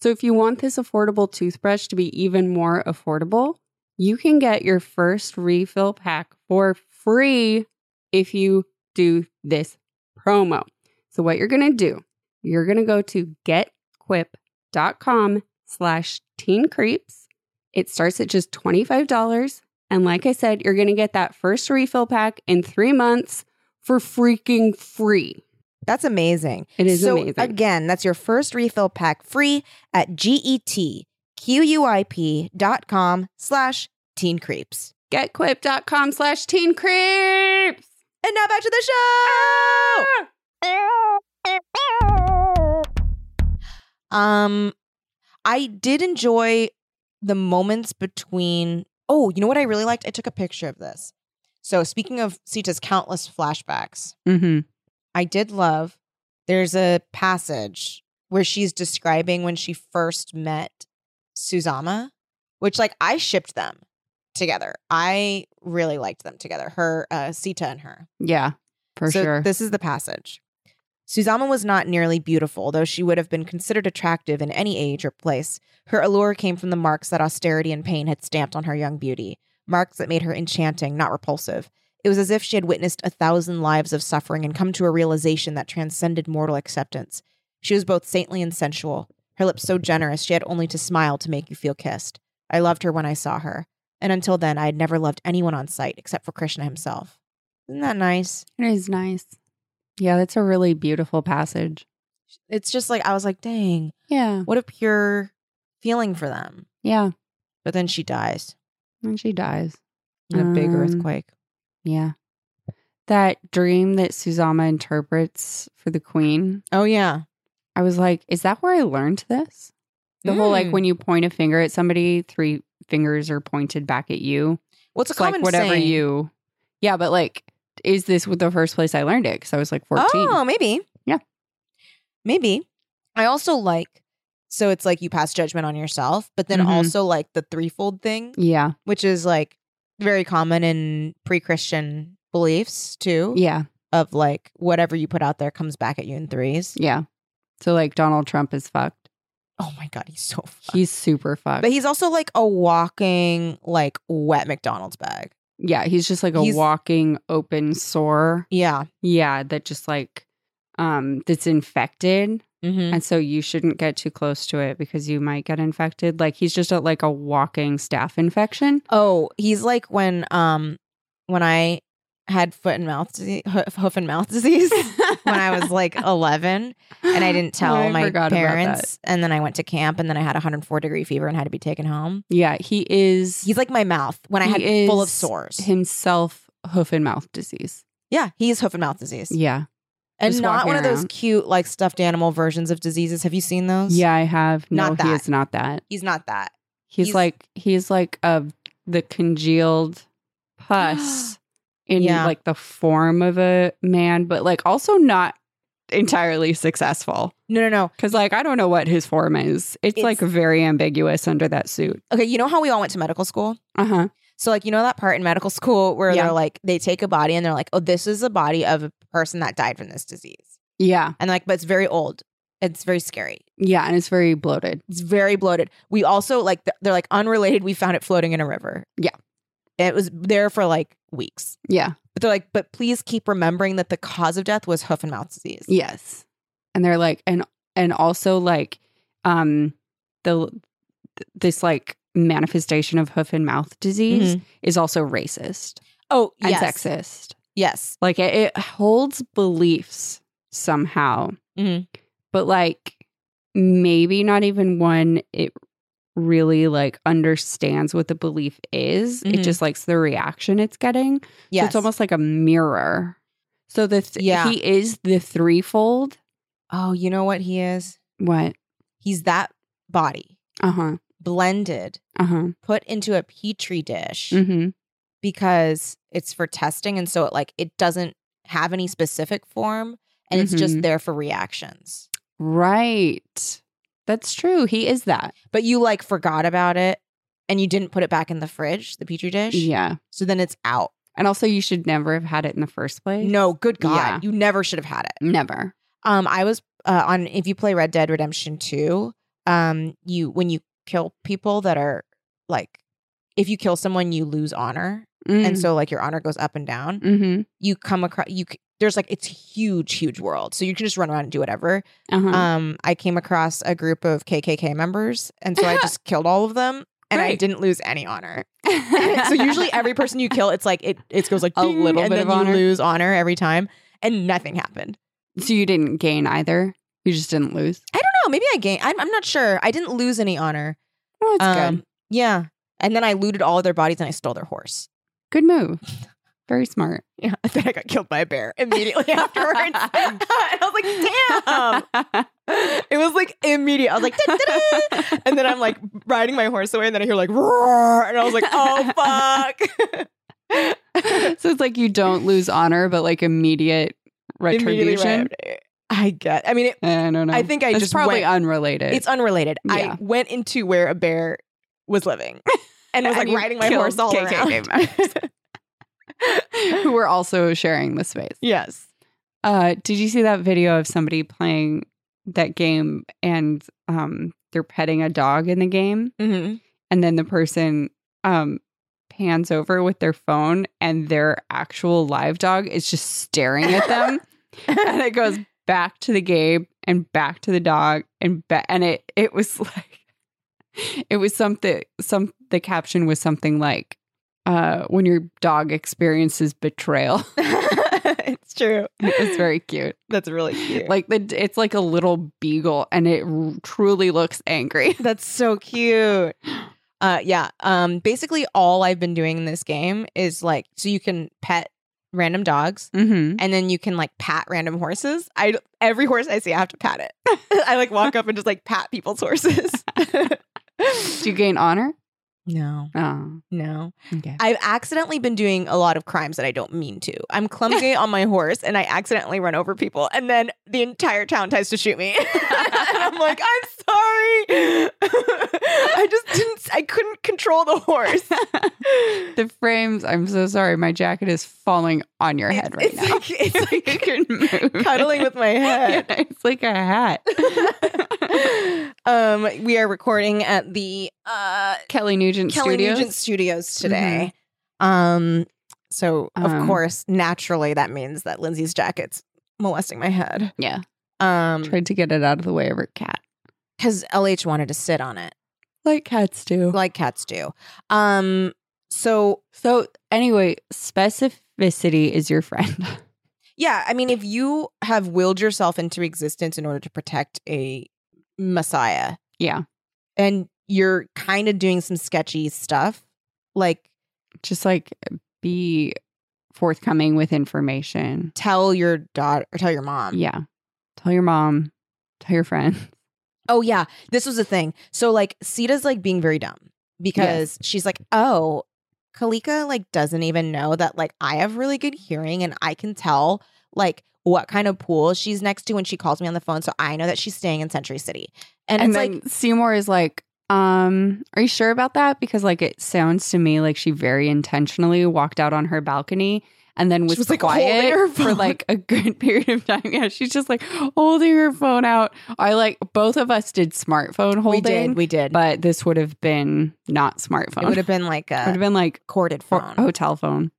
Speaker 3: So, if you want this affordable toothbrush to be even more affordable, you can get your first refill pack for free if you do this promo. So, what you're going to do, you're going to go to getquip.com slash teen creeps. It starts at just $25. And like I said, you're going to get that first refill pack in three months for freaking free.
Speaker 2: That's amazing.
Speaker 3: It is
Speaker 2: so
Speaker 3: amazing.
Speaker 2: again, that's your first refill pack free at E getquip dot com slash teen creeps.
Speaker 3: Getquip.com slash teen creeps.
Speaker 2: And now back to the show. Um, I did enjoy the moments between. Oh, you know what I really liked? I took a picture of this. So speaking of Sita's countless flashbacks,
Speaker 3: Mm-hmm.
Speaker 2: I did love. There's a passage where she's describing when she first met Suzama, which like I shipped them together. I really liked them together. Her uh, Sita and her.
Speaker 3: Yeah, for
Speaker 2: so
Speaker 3: sure.
Speaker 2: This is the passage. Suzama was not nearly beautiful, though she would have been considered attractive in any age or place. Her allure came from the marks that austerity and pain had stamped on her young beauty, marks that made her enchanting, not repulsive. It was as if she had witnessed a thousand lives of suffering and come to a realization that transcended mortal acceptance. She was both saintly and sensual, her lips so generous she had only to smile to make you feel kissed. I loved her when I saw her, and until then I had never loved anyone on sight except for Krishna himself. Isn't that nice?
Speaker 3: it is nice. Yeah, that's a really beautiful passage.
Speaker 2: it's just like I was like, dang,
Speaker 3: Yeah,
Speaker 2: what a pure feeling for them.
Speaker 3: yeah.
Speaker 2: But then she dies
Speaker 3: And she dies.
Speaker 2: in a big
Speaker 3: Um,
Speaker 2: earthquake.
Speaker 3: Yeah. That dream that Suzama interprets for the queen,
Speaker 2: Oh yeah.
Speaker 3: I was like, is that where I learned this? The whole like
Speaker 2: Mm.
Speaker 3: when you point a finger at somebody, three fingers are pointed back at you.
Speaker 2: What's a common
Speaker 3: like whatever
Speaker 2: saying.
Speaker 3: you. Yeah, but like, is this the first place I learned it? Because I was like 14.
Speaker 2: Oh, maybe.
Speaker 3: Yeah.
Speaker 2: Maybe. I also like so it's like you pass judgment on yourself, but then
Speaker 3: Mhm.
Speaker 2: also like the threefold thing,
Speaker 3: Yeah,
Speaker 2: which is like very common in pre-Christian beliefs too.
Speaker 3: yeah,
Speaker 2: Of like whatever you put out there comes back at you in threes.
Speaker 3: yeah. So like Donald Trump is fucked.
Speaker 2: Oh my god, he's so [LAUGHS] fucked.
Speaker 3: He's super fucked.
Speaker 2: But he's also like a walking like wet McDonald's bag.
Speaker 3: yeah, he's just like a
Speaker 2: he's-
Speaker 3: walking open sore.
Speaker 2: Yeah.
Speaker 3: Yeah, that just like um that's infected.
Speaker 2: Mm-hmm.
Speaker 3: And so you shouldn't get too close to it because you might get infected. Like he's just a, like a walking staph infection.
Speaker 2: Oh, he's like when um when I had foot and mouth disease, hoof, hoof and mouth
Speaker 3: [LAUGHS]
Speaker 2: disease when I was like 11 and I didn't tell
Speaker 3: Oh, I
Speaker 2: my
Speaker 3: forgot about that.
Speaker 2: parents and then I went to camp and then I had 104 degree fever and had to be taken home.
Speaker 3: Yeah, he is
Speaker 2: He's like my mouth when I
Speaker 3: He
Speaker 2: had full of
Speaker 3: is
Speaker 2: sores.
Speaker 3: himself hoof and mouth disease.
Speaker 2: yeah, he's hoof and mouth disease.
Speaker 3: Yeah.
Speaker 2: and
Speaker 3: just
Speaker 2: not
Speaker 3: walking
Speaker 2: one of those
Speaker 3: around.
Speaker 2: cute like stuffed animal versions of diseases. Have you seen those?
Speaker 3: Yeah, I have. No,
Speaker 2: Not
Speaker 3: he
Speaker 2: that.
Speaker 3: is not that.
Speaker 2: He's not that.
Speaker 3: He's,
Speaker 2: He's-
Speaker 3: like he's like of the congealed
Speaker 2: [GASPS]
Speaker 3: pus in
Speaker 2: Yeah.
Speaker 3: like the form of a man, but like also not entirely successful
Speaker 2: No, no, no.
Speaker 3: because like I don't know what his form is. It's, like
Speaker 2: It's-
Speaker 3: very ambiguous under that suit.
Speaker 2: Okay, you know how we all went to medical school?
Speaker 3: Uh huh.
Speaker 2: So like you know that part in medical school where
Speaker 3: Yeah.
Speaker 2: they're like they take a body and they're like, oh, this is a body of a person that died from this disease,
Speaker 3: Yeah,
Speaker 2: and like, but it's very old. It's very scary.
Speaker 3: yeah, and it's very bloated.
Speaker 2: It's very bloated. We also like th- they're like unrelated. We found it floating in a river.
Speaker 3: Yeah.
Speaker 2: it was there for like weeks.
Speaker 3: Yeah.
Speaker 2: But they're like, but please keep remembering that the cause of death was hoof and mouth disease.
Speaker 3: Yes, and they're like and and also like um the this like manifestation of hoof and mouth disease is also racist
Speaker 2: Mm-hmm. Oh,
Speaker 3: and
Speaker 2: yes.
Speaker 3: sexist.
Speaker 2: Yes.
Speaker 3: Like it, it holds beliefs somehow,
Speaker 2: Mhm.
Speaker 3: but like maybe not even one it really like understands what the belief is. It
Speaker 2: Mhm.
Speaker 3: just likes the reaction it's getting.
Speaker 2: Yes.
Speaker 3: So it's almost like a mirror. So the th-
Speaker 2: Yeah.
Speaker 3: he is the threefold.
Speaker 2: Oh, you know what he is?
Speaker 3: What?
Speaker 2: He's that body
Speaker 3: Uh huh.
Speaker 2: blended,
Speaker 3: Uh huh.
Speaker 2: put into a petri dish
Speaker 3: Mm-hmm.
Speaker 2: because it's for testing, and so it like it doesn't have any specific form, and it's just
Speaker 3: Mhm.
Speaker 2: there for reactions.
Speaker 3: Right. That's true. He is that.
Speaker 2: But you like forgot about it, and you didn't put it back in the fridge, the petri dish.
Speaker 3: Yeah.
Speaker 2: So then it's out.
Speaker 3: And also, you should never have had it in the first place.
Speaker 2: No, good God,
Speaker 3: Yeah. Mm.
Speaker 2: you never should have had it.
Speaker 3: Never.
Speaker 2: Um, I was uh, on if you play Red Dead Redemption Two, um, you when you kill people that are like, if you kill someone, you lose honor, and so like your honor goes up and down.
Speaker 3: Mm. Mm-hmm.
Speaker 2: You come across you. c- There's like it's a huge, huge world, so you can just run around and do whatever.
Speaker 3: Uh-huh.
Speaker 2: Um, I came across a group of KKK members, and
Speaker 3: [LAUGHS]
Speaker 2: so I just killed all of them, and I
Speaker 3: Great.
Speaker 2: didn't lose any
Speaker 3: [LAUGHS]
Speaker 2: honor. [LAUGHS] so usually every person you kill, it's like it it goes like
Speaker 3: A
Speaker 2: ding,
Speaker 3: little
Speaker 2: and
Speaker 3: bit
Speaker 2: then
Speaker 3: of
Speaker 2: you
Speaker 3: honor.
Speaker 2: lose honor every time, and nothing happened.
Speaker 3: so you didn't gain either. You just didn't lose.
Speaker 2: I don't know. Maybe I gained. I'm, I'm not sure. I didn't lose any honor. Um,
Speaker 3: Well, that's good.
Speaker 2: Yeah. And then I looted all of their bodies and I stole their horse. [LAUGHS]
Speaker 3: Good move. Very smart.
Speaker 2: Yeah. And then I got killed by a bear immediately [LAUGHS] afterwards. and I was like,
Speaker 3: [LAUGHS]
Speaker 2: damn. It was like immediate. I was like, "Da-da-da." and then I'm like riding my horse away, and then I hear like roar, and I was like,
Speaker 3: [LAUGHS]
Speaker 2: oh fuck.
Speaker 3: [LAUGHS] so it's like you don't lose honor, but like immediate
Speaker 2: Immediately right
Speaker 3: retribution. Eh,
Speaker 2: after- I get. I mean, it,
Speaker 3: I don't know.
Speaker 2: I think I
Speaker 3: it's
Speaker 2: just
Speaker 3: probably
Speaker 2: went-
Speaker 3: unrelated.
Speaker 2: it's unrelated.
Speaker 3: Yeah.
Speaker 2: I went into where a bear was living, and was
Speaker 3: [LAUGHS] And
Speaker 2: like
Speaker 3: you
Speaker 2: riding my
Speaker 3: killed
Speaker 2: horse all
Speaker 3: KKK
Speaker 2: around.
Speaker 3: [LAUGHS] who [LAUGHS] were also sharing the space.
Speaker 2: [LAUGHS] yes.
Speaker 3: Uh, did you see that video of somebody playing that game and um, they're petting a dog in the game?
Speaker 2: Mm-hmm. [LAUGHS]
Speaker 3: and then the person um pans over with their phone and their actual live dog is just staring at them and it goes back to the game and back to the dog and ba- and it it was [LAUGHS] like it was something some the caption was something like uh when your dog experiences betrayal [LAUGHS]
Speaker 2: it's true.
Speaker 3: it was very cute
Speaker 2: That's really cute.
Speaker 3: like the it's like a little beagle and it r- truly looks angry
Speaker 2: that's so cute. Uh, yeah. Um, basically, all I've been doing in this game is like, so you can pet random dogs,
Speaker 3: mm-hmm.
Speaker 2: and then you can like pat random horses. I every horse I see, I have to pat it. [LAUGHS] I like walk up and just like pat people's horses.
Speaker 3: [LAUGHS]
Speaker 2: [LAUGHS]
Speaker 3: do you gain honor
Speaker 2: no,
Speaker 3: oh
Speaker 2: no.
Speaker 3: okay
Speaker 2: I've accidentally been doing a lot of crimes that I don't mean to. I'm clumsy on my horse and I accidentally run over people, and then the entire town tries to shoot me. [LAUGHS] and I'm like, I'm sorry. [LAUGHS] I just didn't, I couldn't control the horse.
Speaker 3: the frames. I'm so sorry. My jacket is falling on your head right
Speaker 2: it's
Speaker 3: now.
Speaker 2: Like, it's
Speaker 3: [LAUGHS] you
Speaker 2: like
Speaker 3: can move.
Speaker 2: cuddling with my
Speaker 3: [LAUGHS] Yeah,
Speaker 2: head.
Speaker 3: it's like a hat.
Speaker 2: [LAUGHS] um, we are recording at the uh,
Speaker 3: Kelly Nugent
Speaker 2: Kelly
Speaker 3: Studios.
Speaker 2: Nugent Mm-hmm. Studios today. Um, so of
Speaker 3: Um,
Speaker 2: course, naturally, that means that Lindsay's jacket's molesting my head.
Speaker 3: Yeah,
Speaker 2: Um,
Speaker 3: tried to get it out of the way of her cat,
Speaker 2: because LH wanted to sit on it
Speaker 3: like cats do.
Speaker 2: like cats do. Um, so
Speaker 3: so anyway, specificity is your friend. [LAUGHS]
Speaker 2: yeah, I mean, if you have willed yourself into existence in order to protect a messiah,
Speaker 3: yeah,
Speaker 2: and you're kind of doing some sketchy stuff, like
Speaker 3: just like be forthcoming with information.
Speaker 2: tell your daughter or tell your mom.
Speaker 3: Yeah, tell your mom, tell your friend.
Speaker 2: Oh yeah, this was a thing. So like Sita's like being very dumb because she's like, "Oh, Kalika like doesn't even know that like I have really good hearing and I can tell like what kind of pool she's next to when she calls me on the phone, so I know that she's staying in Century City." And,
Speaker 3: and
Speaker 2: it's
Speaker 3: then
Speaker 2: like,
Speaker 3: Seymour is like, um, are you sure about that? Because like it sounds to me like she very intentionally walked out on her balcony and then
Speaker 2: She
Speaker 3: was,
Speaker 2: was, like, holding
Speaker 3: quiet
Speaker 2: her
Speaker 3: for
Speaker 2: phone.
Speaker 3: like a good [LAUGHS] period of time. Yeah, she's just like holding her phone out. I like both of us did smartphone
Speaker 2: we
Speaker 3: holding,
Speaker 2: did, we did.
Speaker 3: but this would have been not
Speaker 2: it
Speaker 3: smartphone.
Speaker 2: would have been like
Speaker 3: [LAUGHS] It would
Speaker 2: a
Speaker 3: have been like
Speaker 2: corded
Speaker 3: for-
Speaker 2: phone.
Speaker 3: hotel phone.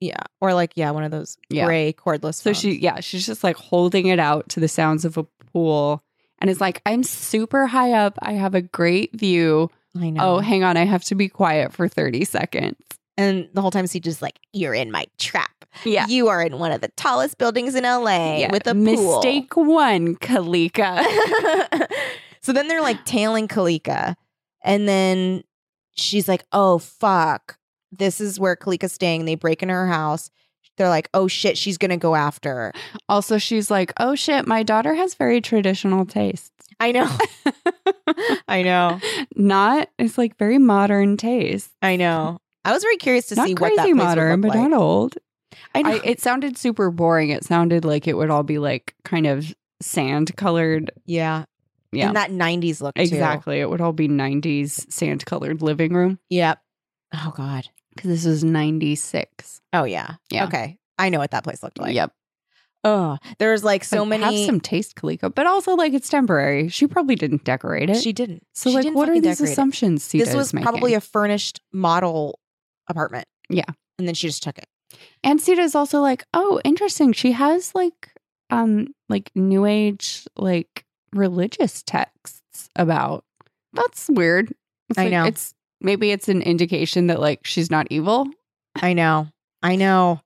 Speaker 2: Yeah, or like yeah, one of those
Speaker 3: Yeah.
Speaker 2: gray cordless.
Speaker 3: So
Speaker 2: phones.
Speaker 3: she, yeah, she's just like holding it out to the sounds of a pool and is like, I'm super high up. I have a great view.
Speaker 2: I know.
Speaker 3: Oh, hang on. I have to be quiet for 30 seconds.
Speaker 2: and the whole time Siege is like, "You're in my trap.
Speaker 3: Yeah.
Speaker 2: You are in one of the tallest buildings in LA
Speaker 3: yeah.
Speaker 2: with a pool."
Speaker 3: Mistake one, [LAUGHS] Kalika.
Speaker 2: so then they're like tailing Kalika. And then she's like, oh, fuck. This is where Kalika's staying. They break into her house. They're like, oh shit, she's going to go after her.
Speaker 3: also, she's like, oh shit, my daughter has very traditional tastes.
Speaker 2: I know. [LAUGHS] I know.
Speaker 3: Not, it's like very modern taste.
Speaker 2: I know. I was very curious to
Speaker 3: not
Speaker 2: see
Speaker 3: crazy
Speaker 2: what that place
Speaker 3: modern,
Speaker 2: would
Speaker 3: but
Speaker 2: look like.
Speaker 3: not old.
Speaker 2: I know.
Speaker 3: I, it sounded super boring. It sounded like it would all be like kind of sand colored.
Speaker 2: yeah.
Speaker 3: Yeah.
Speaker 2: And that 90s look, too.
Speaker 3: Exactly. It would all be 90s sand colored living room
Speaker 2: Yep. Oh, God.
Speaker 3: because this was 96.
Speaker 2: Oh, yeah.
Speaker 3: Yeah.
Speaker 2: Okay. I know what that place looked like.
Speaker 3: yep.
Speaker 2: Oh, there was like so
Speaker 3: Like,
Speaker 2: many.
Speaker 3: Have some taste, Kaliko, but also like it's temporary. She probably didn't decorate it.
Speaker 2: she didn't.
Speaker 3: so,
Speaker 2: She
Speaker 3: like,
Speaker 2: didn't
Speaker 3: what are
Speaker 2: fucking
Speaker 3: these
Speaker 2: decorate it.
Speaker 3: assumptions? Sita
Speaker 2: this was
Speaker 3: is making?
Speaker 2: probably a furnished model apartment.
Speaker 3: Yeah.
Speaker 2: And then she just took it.
Speaker 3: and Sita's also like, oh, interesting. She has like, um, like new age, like religious texts about. That's weird. It's
Speaker 2: I
Speaker 3: like-
Speaker 2: know.
Speaker 3: It's maybe it's an indication that like she's not evil.
Speaker 2: I know. I know.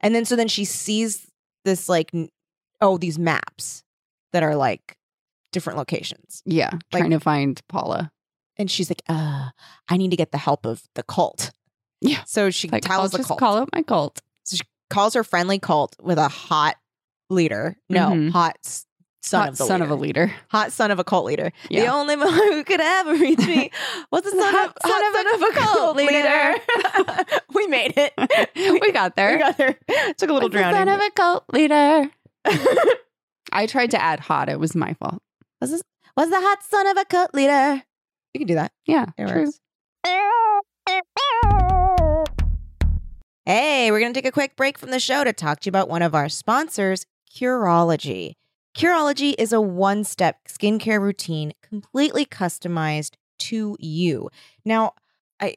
Speaker 2: And then so then she sees this like n- oh these maps that are like different locations.
Speaker 3: Yeah, trying to find Paula.
Speaker 2: And she's like, "Uh, I need to get the help of the cult."
Speaker 3: Yeah.
Speaker 2: So she
Speaker 3: Like, I'll
Speaker 2: tells the
Speaker 3: just
Speaker 2: cult.
Speaker 3: call up my cult.
Speaker 2: calls her friendly cult with a hot leader. No,
Speaker 3: Mhm.
Speaker 2: hot s- son
Speaker 3: Hot
Speaker 2: of the
Speaker 3: son
Speaker 2: leader.
Speaker 3: of a leader. [LAUGHS]
Speaker 2: hot son of a cult leader. The
Speaker 3: Yeah.
Speaker 2: only one who could ever reach me [LAUGHS] was the son, of, hot son of a cult leader. [LAUGHS] we made it. [LAUGHS]
Speaker 3: we got there.
Speaker 2: We got there. Took a little
Speaker 3: What's the son
Speaker 2: drowning.
Speaker 3: of a cult leader. I tried to add hot. It was my fault.
Speaker 2: was, this, [LAUGHS] was the hot son of a cult leader. You can do that.
Speaker 3: Yeah,
Speaker 2: It
Speaker 3: true.
Speaker 2: works. Hey, we're going to take a quick break from the show to talk to you about one of our sponsors, Curology. Curology is a one step skincare routine completely customized to you. Now, I,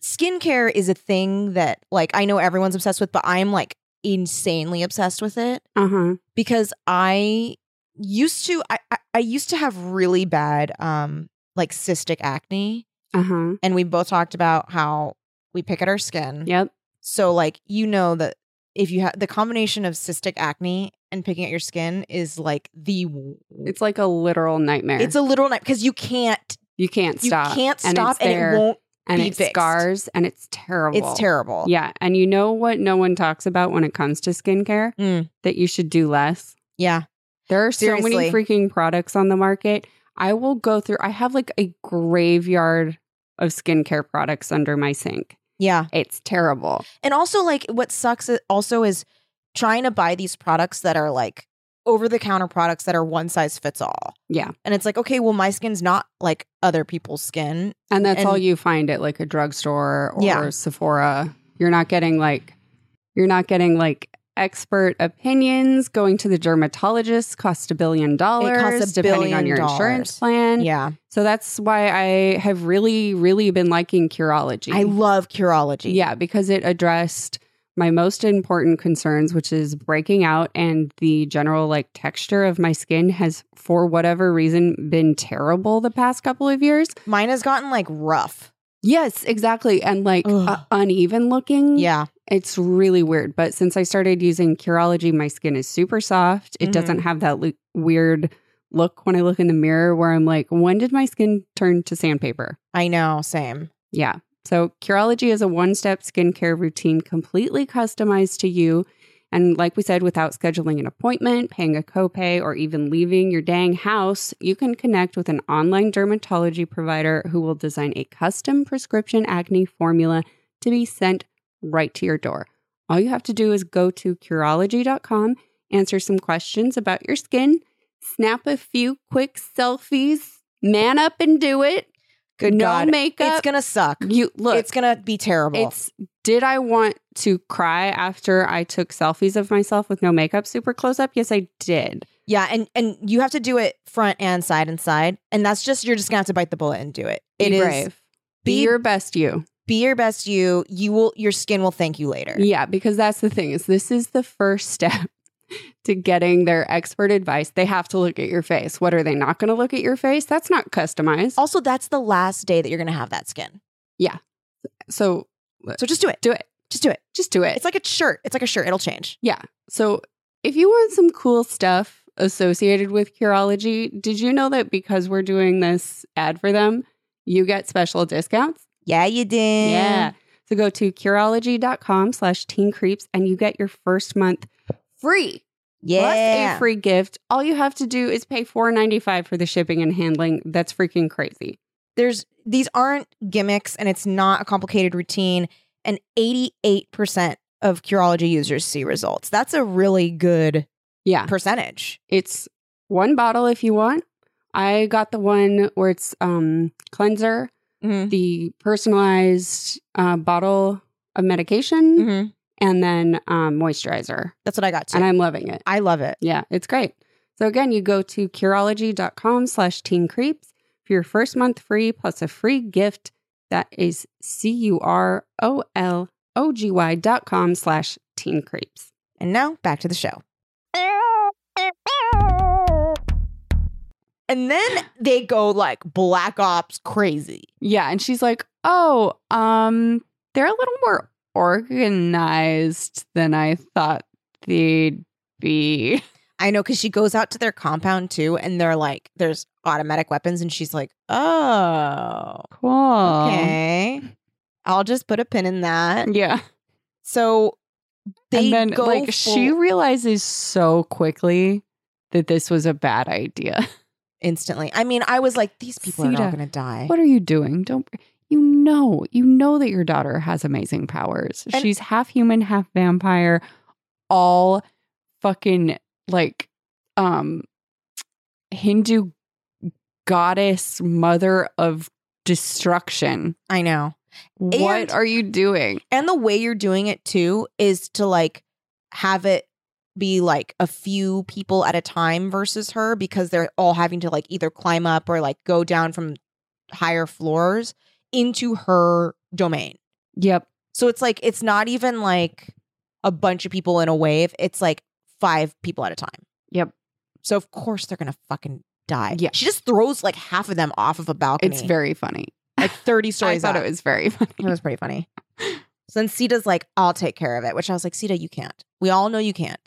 Speaker 2: skincare is a thing that, like, I know everyone's obsessed with, but I'm like insanely obsessed with it
Speaker 3: Uh huh.
Speaker 2: because I used to I, I, I used to have really bad um like cystic acne
Speaker 3: Uh huh.
Speaker 2: and we both talked about how we pick at our skin.
Speaker 3: Yep.
Speaker 2: So like you know that if you have the combination of cystic acne and picking at your skin is like the w-
Speaker 3: It's like a literal nightmare.
Speaker 2: it's a little night because you can't
Speaker 3: you can't
Speaker 2: you
Speaker 3: stop.
Speaker 2: can't
Speaker 3: and
Speaker 2: stop
Speaker 3: it's
Speaker 2: and,
Speaker 3: there,
Speaker 2: it won't
Speaker 3: and
Speaker 2: be
Speaker 3: it
Speaker 2: fixed.
Speaker 3: scars and it's terrible.
Speaker 2: it's terrible.
Speaker 3: Yeah, and you know what? No one talks about when it comes to skincare
Speaker 2: Mm.
Speaker 3: that you should do less.
Speaker 2: Yeah.
Speaker 3: There are so
Speaker 2: Seriously.
Speaker 3: many freaking products on the market. I will go through, I have like a graveyard of skincare products under my sink.
Speaker 2: Yeah.
Speaker 3: It's terrible.
Speaker 2: And also like what sucks i- also is trying to buy these products that are like over the counter products that are one size fits all.
Speaker 3: Yeah.
Speaker 2: And it's like, okay, well my skin's not like other people's skin.
Speaker 3: And that's
Speaker 2: And-
Speaker 3: all you find at like a drugstore or
Speaker 2: Yeah.
Speaker 3: Sephora. You're not getting like, you're not getting like expert opinions. Going to the dermatologist costs a billion dollars, depending
Speaker 2: billion
Speaker 3: on your
Speaker 2: dollars.
Speaker 3: insurance plan.
Speaker 2: Yeah.
Speaker 3: So that's why I have really, really been liking Curology.
Speaker 2: I love Curology.
Speaker 3: Yeah, because it addressed my most important concerns, which is breaking out and the general like texture of my skin has, for whatever reason, been terrible the past couple of years.
Speaker 2: Mine has gotten like rough.
Speaker 3: Yes, exactly. And like
Speaker 2: Ugh.
Speaker 3: uh, uneven looking.
Speaker 2: Yeah.
Speaker 3: It's really weird. But since I started using Curology, my skin is super soft. It
Speaker 2: Mhm.
Speaker 3: doesn't have that lo- weird look when I look in the mirror where I'm like, when did my skin turn to sandpaper?
Speaker 2: I know. Same.
Speaker 3: Yeah. So Curology is a one-step skincare routine completely customized to you. And like we said, without scheduling an appointment, paying a copay, or even leaving your dang house, you can connect with an online dermatology provider who will design a custom prescription acne formula to be sent right to your door. All you have to do is go to Curology.com, answer some questions about your skin, snap a few quick selfies, man up and do it.
Speaker 2: Good
Speaker 3: no
Speaker 2: God.
Speaker 3: makeup.
Speaker 2: It's gonna suck.
Speaker 3: You look.
Speaker 2: it's gonna be terrible.
Speaker 3: It's did I want to cry after I took selfies of myself with no makeup super close up? Yes, I did.
Speaker 2: yeah, and and you have to do it front and side and side. And that's just you're just gonna have to bite the bullet and do it. It
Speaker 3: be
Speaker 2: is
Speaker 3: brave. Be,
Speaker 2: be-
Speaker 3: your best you.
Speaker 2: be your best you. You will your skin will thank you later.
Speaker 3: Yeah, because that's the thing is this is the first step [LAUGHS] to getting their expert advice, they have to look at your face. What are they not going to look at your face? That's not customized.
Speaker 2: Also, that's the last day that you're going to have that skin.
Speaker 3: So
Speaker 2: So just do it.
Speaker 3: do it.
Speaker 2: Just do it.
Speaker 3: Just do it.
Speaker 2: It's like a shirt. It's like a shirt. It'll change.
Speaker 3: Yeah. So if you want some cool stuff associated with Curology, did you know that because we're doing this ad for them, you get special discounts?
Speaker 2: Yeah, you did.
Speaker 3: So go to Curology.com slash teen creeps and you get your first month free. Plus
Speaker 2: Yeah.
Speaker 3: a free gift. All you have to do is pay $4.95 for the shipping and handling. That's freaking crazy.
Speaker 2: There's these aren't gimmicks and it's not a complicated routine. And 88% of Curology users see results. That's a really good
Speaker 3: Yeah.
Speaker 2: percentage.
Speaker 3: It's one bottle if you want. I got the one where it's um cleanser,
Speaker 2: Mm-hmm.
Speaker 3: the personalized uh, bottle of medication
Speaker 2: Mm-hmm.
Speaker 3: and then um, moisturizer.
Speaker 2: That's what I got too.
Speaker 3: And I'm loving it.
Speaker 2: I love it.
Speaker 3: Yeah, it's great. So again, you go to Curology.com slash teen creeps for your first month free plus a free gift. That is C-U-R-O-L-O-G-Y dot com slash teen creeps.
Speaker 2: And now back to the show. And then they go like black ops crazy.
Speaker 3: Yeah, and she's like, oh, um, they're a little more organized than I thought they'd be.
Speaker 2: I know because she goes out to their compound too, and they're like, there's automatic weapons, and she's like, oh,
Speaker 3: Cool.
Speaker 2: okay. I'll just put a pin in that.
Speaker 3: Yeah.
Speaker 2: So they
Speaker 3: and then
Speaker 2: go
Speaker 3: like
Speaker 2: full-
Speaker 3: she realizes so quickly that this was a bad idea.
Speaker 2: instantly. I mean, I was like, these people are all
Speaker 3: Sita,
Speaker 2: gonna die.
Speaker 3: What are you doing? Don't you know, you know that your daughter has amazing powers.
Speaker 2: And-
Speaker 3: She's half human, half vampire, all fucking like um Hindu goddess mother of destruction.
Speaker 2: I know. And-
Speaker 3: what are you doing?
Speaker 2: and the way you're doing it too is to like have it be like a few people at a time versus her because they're all having to like either climb up or like go down from higher floors into her domain.
Speaker 3: Yep.
Speaker 2: So it's like it's not even like a bunch of people in a wave. It's like five people at a time.
Speaker 3: Yep.
Speaker 2: So of course they're gonna fucking die.
Speaker 3: Yeah.
Speaker 2: She just throws like half of them off of a balcony.
Speaker 3: It's very funny.
Speaker 2: like thirty
Speaker 3: I
Speaker 2: stories.
Speaker 3: thought
Speaker 2: up.
Speaker 3: it was very [LAUGHS] funny.
Speaker 2: It was pretty funny. So then Sita's like, I'll take care of it, which I was like, Sita, you can't. We all know you can't.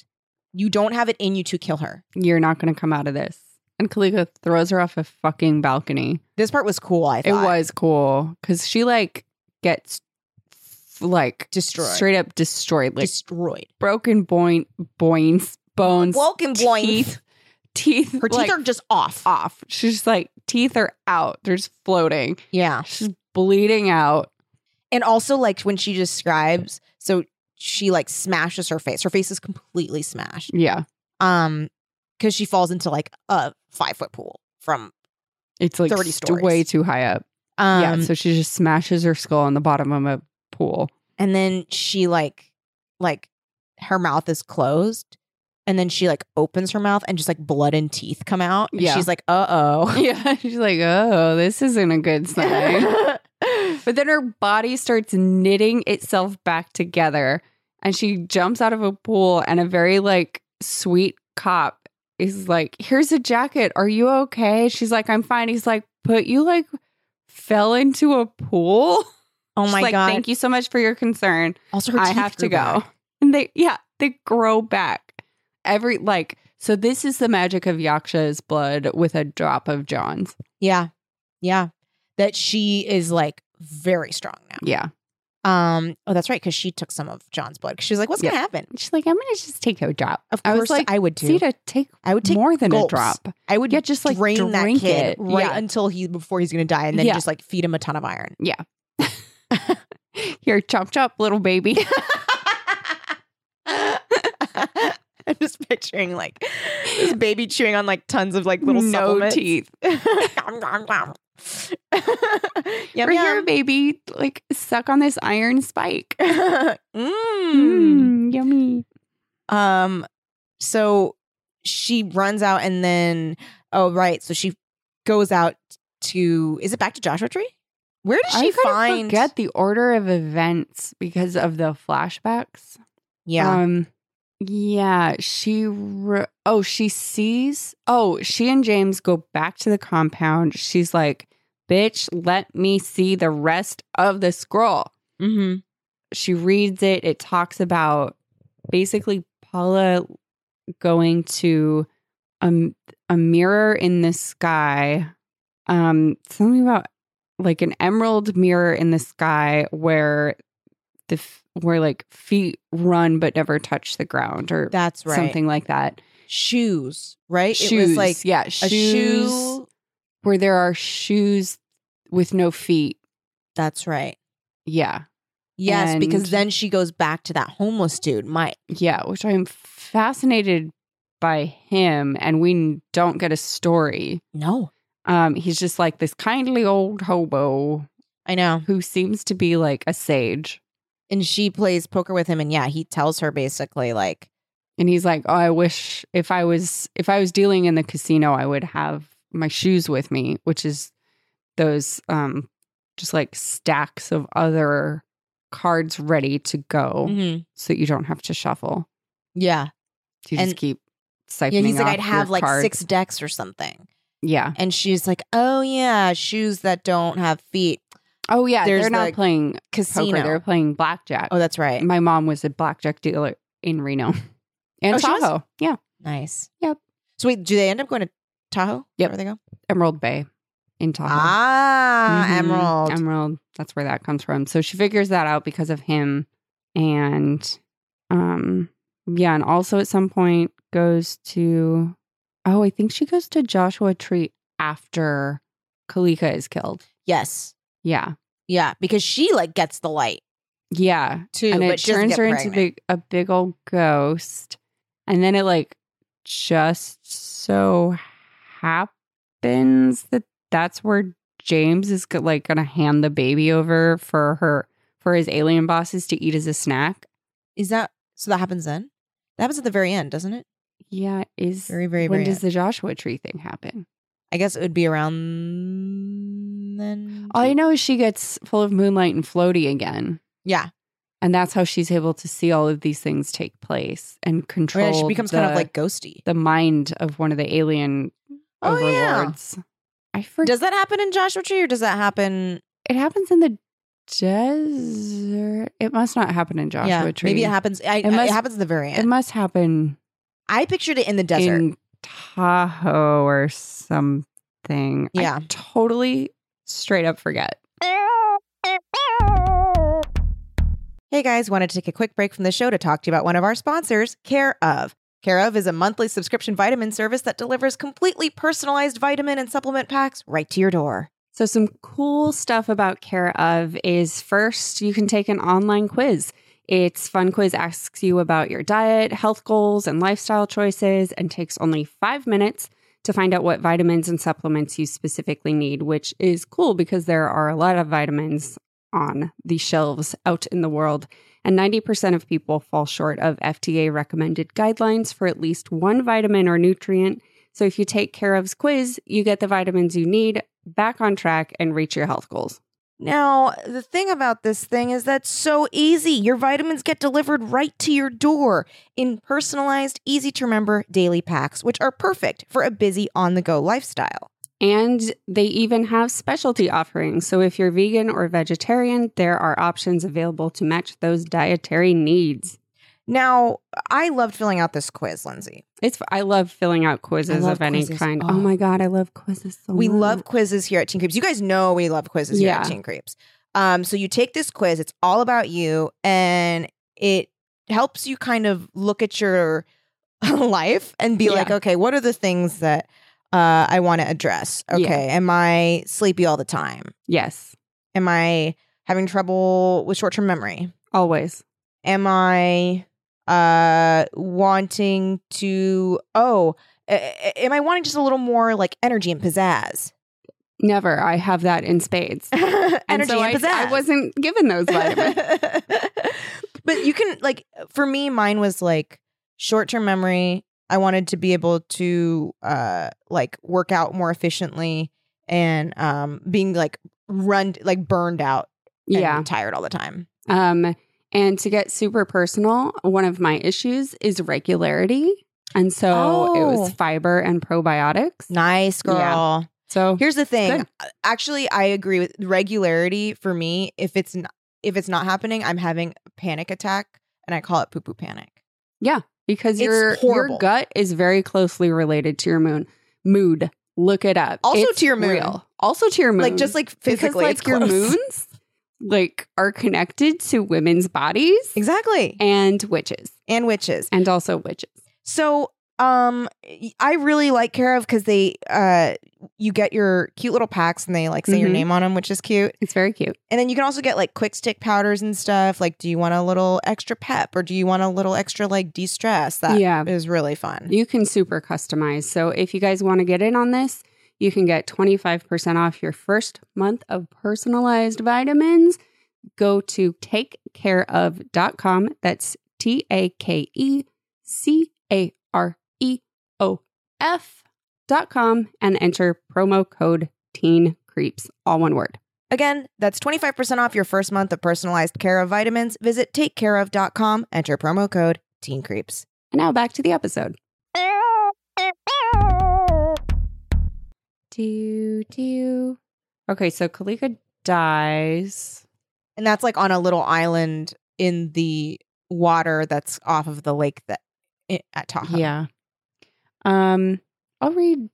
Speaker 2: You don't have it in you to kill her.
Speaker 3: you're not going to come out of this. And Kalika throws her off a fucking balcony.
Speaker 2: This part was cool, I
Speaker 3: It
Speaker 2: thought.
Speaker 3: was cool because she like gets f- like
Speaker 2: Destroyed.
Speaker 3: straight up destroyed, like
Speaker 2: Destroyed.
Speaker 3: broken boin- boins, bones,
Speaker 2: Woken
Speaker 3: teeth,
Speaker 2: Bloins.
Speaker 3: teeth.
Speaker 2: Her teeth
Speaker 3: like,
Speaker 2: are just off.
Speaker 3: off. She's just, like teeth are out. They're just floating.
Speaker 2: Yeah.
Speaker 3: She's bleeding out.
Speaker 2: And also, like, when she describes, so she like smashes her face. Her face is completely smashed.
Speaker 3: Yeah,
Speaker 2: Um, because she falls into like a five foot pool from
Speaker 3: it's like
Speaker 2: 30
Speaker 3: st- way
Speaker 2: stories.
Speaker 3: too high up.
Speaker 2: um
Speaker 3: yeah, so she just smashes her skull on the bottom of a
Speaker 2: [LAUGHS]
Speaker 3: pool. [LAUGHS]
Speaker 2: and then she like like her mouth is closed and then she like opens her mouth and just like blood and teeth come out and
Speaker 3: Yeah.
Speaker 2: she's like uh-oh [LAUGHS]
Speaker 3: Yeah, she's like, oh, this isn't a good sign. [LAUGHS] but then her body starts knitting itself back together and she jumps out of a pool and a very like sweet cop is like here's a jacket are you okay she's like i'm fine he's like but you like fell into a pool
Speaker 2: oh my
Speaker 3: she's like
Speaker 2: god
Speaker 3: thank you so much for your concern
Speaker 2: also her
Speaker 3: i
Speaker 2: teeth
Speaker 3: have to
Speaker 2: grew
Speaker 3: go
Speaker 2: back.
Speaker 3: and they yeah they grow back every like so this is the magic of yaksha's blood with a drop of john's
Speaker 2: yeah yeah that she is like very strong now
Speaker 3: yeah
Speaker 2: um oh that's right because she took some of john's blood 'Cause she was like what's
Speaker 3: Yeah.
Speaker 2: gonna happen
Speaker 3: she's like i'm gonna just take a drop
Speaker 2: of
Speaker 3: I was
Speaker 2: course
Speaker 3: like,
Speaker 2: i would too
Speaker 3: Zeta, take
Speaker 2: i would take
Speaker 3: more than
Speaker 2: gulps.
Speaker 3: a drop.
Speaker 2: i would
Speaker 3: yeah, just, like,
Speaker 2: drain that
Speaker 3: drink
Speaker 2: kid
Speaker 3: it.
Speaker 2: right
Speaker 3: Yeah.
Speaker 2: until he before he's gonna die and then
Speaker 3: Yeah.
Speaker 2: just like feed him a ton of iron
Speaker 3: [LAUGHS] Here, chop chop, little baby.
Speaker 2: [LAUGHS] I'm just picturing like this baby chewing on like tons of like [LAUGHS] little
Speaker 3: no
Speaker 2: supplements.
Speaker 3: teeth.
Speaker 2: [LAUGHS] Yum, yum, yum. Yum,
Speaker 3: Or here,
Speaker 2: yum.
Speaker 3: baby, like suck on this iron spike.
Speaker 2: [LAUGHS] Mm.
Speaker 3: Mm, yummy.
Speaker 2: Um, so she runs out and then oh right, so she goes out to is it back to Joshua Tree? Where does she
Speaker 3: I kinda
Speaker 2: find?
Speaker 3: forget the order of events because of the flashbacks.
Speaker 2: yeah,
Speaker 3: Um, Yeah, she. Re- oh, she sees. Oh, she and James go back to the compound. She's like, "Bitch, let me see the rest of the scroll."
Speaker 2: Mm-hmm.
Speaker 3: She reads it. It talks about basically Paula going to a a mirror in the sky. Um, something about like an emerald mirror in the sky where the f- where like feet run but never touch the ground or
Speaker 2: That's right.
Speaker 3: something like that.
Speaker 2: Shoes, right?
Speaker 3: shoes,
Speaker 2: It was like
Speaker 3: yeah,
Speaker 2: a
Speaker 3: shoes
Speaker 2: shoe.
Speaker 3: where there are shoes with no feet.
Speaker 2: That's right.
Speaker 3: Yeah,
Speaker 2: Yes, because
Speaker 3: And-
Speaker 2: then she goes back to that homeless dude, Mike.
Speaker 3: yeah, which I'm fascinated by him, and we don't get a story.
Speaker 2: No,
Speaker 3: Um, he's just like this kindly old hobo
Speaker 2: I know.
Speaker 3: who seems to be like a sage.
Speaker 2: And she plays poker with him, and yeah, he tells her basically like,
Speaker 3: and he's like oh i wish if i was if i was dealing in the casino i would have my shoes with me which is those um just like stacks of other cards ready to go
Speaker 2: Mm-hmm.
Speaker 3: so that you don't have to shuffle
Speaker 2: yeah,
Speaker 3: so you
Speaker 2: And-
Speaker 3: just keep siphoning
Speaker 2: yeah. He's like,
Speaker 3: off
Speaker 2: I'd have
Speaker 3: your
Speaker 2: like
Speaker 3: cards."
Speaker 2: six decks or something,
Speaker 3: yeah
Speaker 2: and she's like, oh yeah, shoes that don't have feet,
Speaker 3: oh yeah
Speaker 2: There's
Speaker 3: they're not
Speaker 2: the
Speaker 3: playing
Speaker 2: casino.
Speaker 3: poker Mm. they're playing blackjack
Speaker 2: oh, that's right.
Speaker 3: my mom was a blackjack dealer in reno [LAUGHS] and
Speaker 2: Oh, she was?
Speaker 3: tahoe yeah
Speaker 2: Nice.
Speaker 3: Yep.
Speaker 2: So wait, do they end up going to Tahoe? Is that
Speaker 3: Yep.
Speaker 2: Where they go?
Speaker 3: emerald bay in tahoe
Speaker 2: Ah,
Speaker 3: Mhm.
Speaker 2: Emerald.
Speaker 3: Emerald. That's where that comes from. So she figures that out because of him. And um yeah, and also at some point goes to oh, I think she goes to Joshua Tree after Kalika is killed.
Speaker 2: yes.
Speaker 3: Yeah.
Speaker 2: Yeah, because she like gets the light
Speaker 3: Yeah.
Speaker 2: too,
Speaker 3: and
Speaker 2: but
Speaker 3: it
Speaker 2: she doesn't
Speaker 3: turns
Speaker 2: get
Speaker 3: her
Speaker 2: pregnant.
Speaker 3: into the, a big old ghost. And then it like just so happens that that's where James is go- like gonna hand the baby over for her for his alien bosses to eat as a snack.
Speaker 2: Is that so? That happens then. That happens at the very end, doesn't it?
Speaker 3: Yeah, is
Speaker 2: Very, very,
Speaker 3: when
Speaker 2: very.
Speaker 3: does
Speaker 2: end.
Speaker 3: the Joshua tree thing happen?
Speaker 2: I guess it would be around then.
Speaker 3: All I know is she gets full of moonlight and floaty again.
Speaker 2: Yeah,
Speaker 3: And that's how she's able to see all of these things take place and
Speaker 2: I
Speaker 3: control.
Speaker 2: mean, Oh, she becomes kind of
Speaker 3: the-
Speaker 2: like ghosty.
Speaker 3: the mind of one of the alien
Speaker 2: Oh, yeah.
Speaker 3: overlords. I forget.
Speaker 2: Does that happen in Joshua Tree, or does that happen?
Speaker 3: it happens in the desert. It must not happen in Joshua
Speaker 2: yeah,
Speaker 3: Tree.
Speaker 2: maybe it happens. I,
Speaker 3: It
Speaker 2: I-
Speaker 3: must-
Speaker 2: it happens at the very
Speaker 3: It
Speaker 2: end.
Speaker 3: must happen
Speaker 2: I pictured it in the desert.
Speaker 3: in Tahoe or something. I
Speaker 2: Yeah.
Speaker 3: totally straight up forget.
Speaker 2: Hey guys, wanted to take a quick break from the show to talk to you about one of our sponsors, Care of. Care of is a monthly subscription vitamin service that delivers completely personalized vitamin and supplement packs right to your door.
Speaker 3: So, some cool stuff about Care of is first, you can take an online quiz. It's Fun Quiz asks you about your diet, health goals, and lifestyle choices, and takes only five minutes to find out what vitamins and supplements you specifically need, which is cool because there are a lot of vitamins on the shelves out in the world. And 90% of people fall short of FDA recommended guidelines for at least one vitamin or nutrient. So, if you take Care of's quiz, you get the vitamins you need back on track and reach your health goals.
Speaker 2: Now, the thing about this thing is that's so easy. Your vitamins get delivered right to your door in personalized, easy to remember daily packs, which are perfect for a busy on the go lifestyle.
Speaker 3: And they even have specialty offerings. So if you're vegan or vegetarian, there are options available to match those dietary needs.
Speaker 2: Now, I loved filling out this quiz, Lindsay.
Speaker 3: It's I love filling out
Speaker 2: I
Speaker 3: quizzes
Speaker 2: love
Speaker 3: of any
Speaker 2: quizzes.
Speaker 3: kind.
Speaker 2: Oh.
Speaker 3: Oh. my god, I love quizzes so
Speaker 2: we
Speaker 3: much.
Speaker 2: love quizzes here at Teen Creeps. You guys know we love quizzes here
Speaker 3: Mm-hmm. Yeah.
Speaker 2: at Teen Creeps. Um, so you take this quiz, it's all about you, and it helps you kind of look at your [LAUGHS] life and be
Speaker 3: Yeah.
Speaker 2: like, okay, what are the things that uh, I want to address? Okay, am I sleepy all the time?
Speaker 3: Yes,
Speaker 2: Am I having trouble with short term memory?
Speaker 3: always.
Speaker 2: am I uh wanting to oh a- a- am I wanting just a little more like energy and pizzazz?
Speaker 3: Never. I have that in
Speaker 2: [LAUGHS]
Speaker 3: spades.
Speaker 2: energy
Speaker 3: And so I,
Speaker 2: and pizzazz.
Speaker 3: I wasn't
Speaker 2: [LAUGHS]
Speaker 3: given those vitamins.
Speaker 2: but you can like for me mine was like short-term memory. I wanted to be able to uh like work out more efficiently and um being like run like burned out and
Speaker 3: yeah.
Speaker 2: tired all the time.
Speaker 3: Um And to get super personal, one of my issues is regularity. And so it
Speaker 2: Oh.
Speaker 3: was fiber and probiotics.
Speaker 2: Nice
Speaker 3: Yeah.
Speaker 2: girl.
Speaker 3: So
Speaker 2: Here's the thing.
Speaker 3: Good.
Speaker 2: Actually, I agree with regularity for me. If it's not, if it's not happening, I'm having a panic attack, and I call it poo poo panic.
Speaker 3: because
Speaker 2: It's
Speaker 3: your
Speaker 2: horrible.
Speaker 3: your gut is very closely related to your moon mood. Look it up.
Speaker 2: Also to your moon.
Speaker 3: Also to your moon.
Speaker 2: Like just like physically,
Speaker 3: because, like
Speaker 2: it's
Speaker 3: your
Speaker 2: close.
Speaker 3: [LAUGHS] moons like are connected to women's bodies
Speaker 2: exactly, and,
Speaker 3: and witches
Speaker 2: witches.
Speaker 3: and also witches.
Speaker 2: So, um, y- I really like Care of because they, uh, you get your cute little packs, and they like say your
Speaker 3: Mhm.
Speaker 2: name on them, which is cute.
Speaker 3: It's very cute.
Speaker 2: And then you can also get like quick stick powders and stuff. Like, do you want a little extra pep, or do you want a little extra like de stress? That is
Speaker 3: Yeah.
Speaker 2: really fun.
Speaker 3: You can super customize. So if you guys want to get in on this, you can get 25% off your first month of personalized vitamins. Go to takecareof.com. That's T A K E C A R E O F.com and enter promo code teen creeps, all one word.
Speaker 2: Again, that's 25% off your first month of personalized care of vitamins. Visit takecareof.com, enter promo code teencreeps.
Speaker 3: And now back to the episode. Do do. Okay, so Kalika dies.
Speaker 2: And that's like on a little island in the water that's off of the lake that i- at Tahoe.
Speaker 3: Yeah. Um, I'll read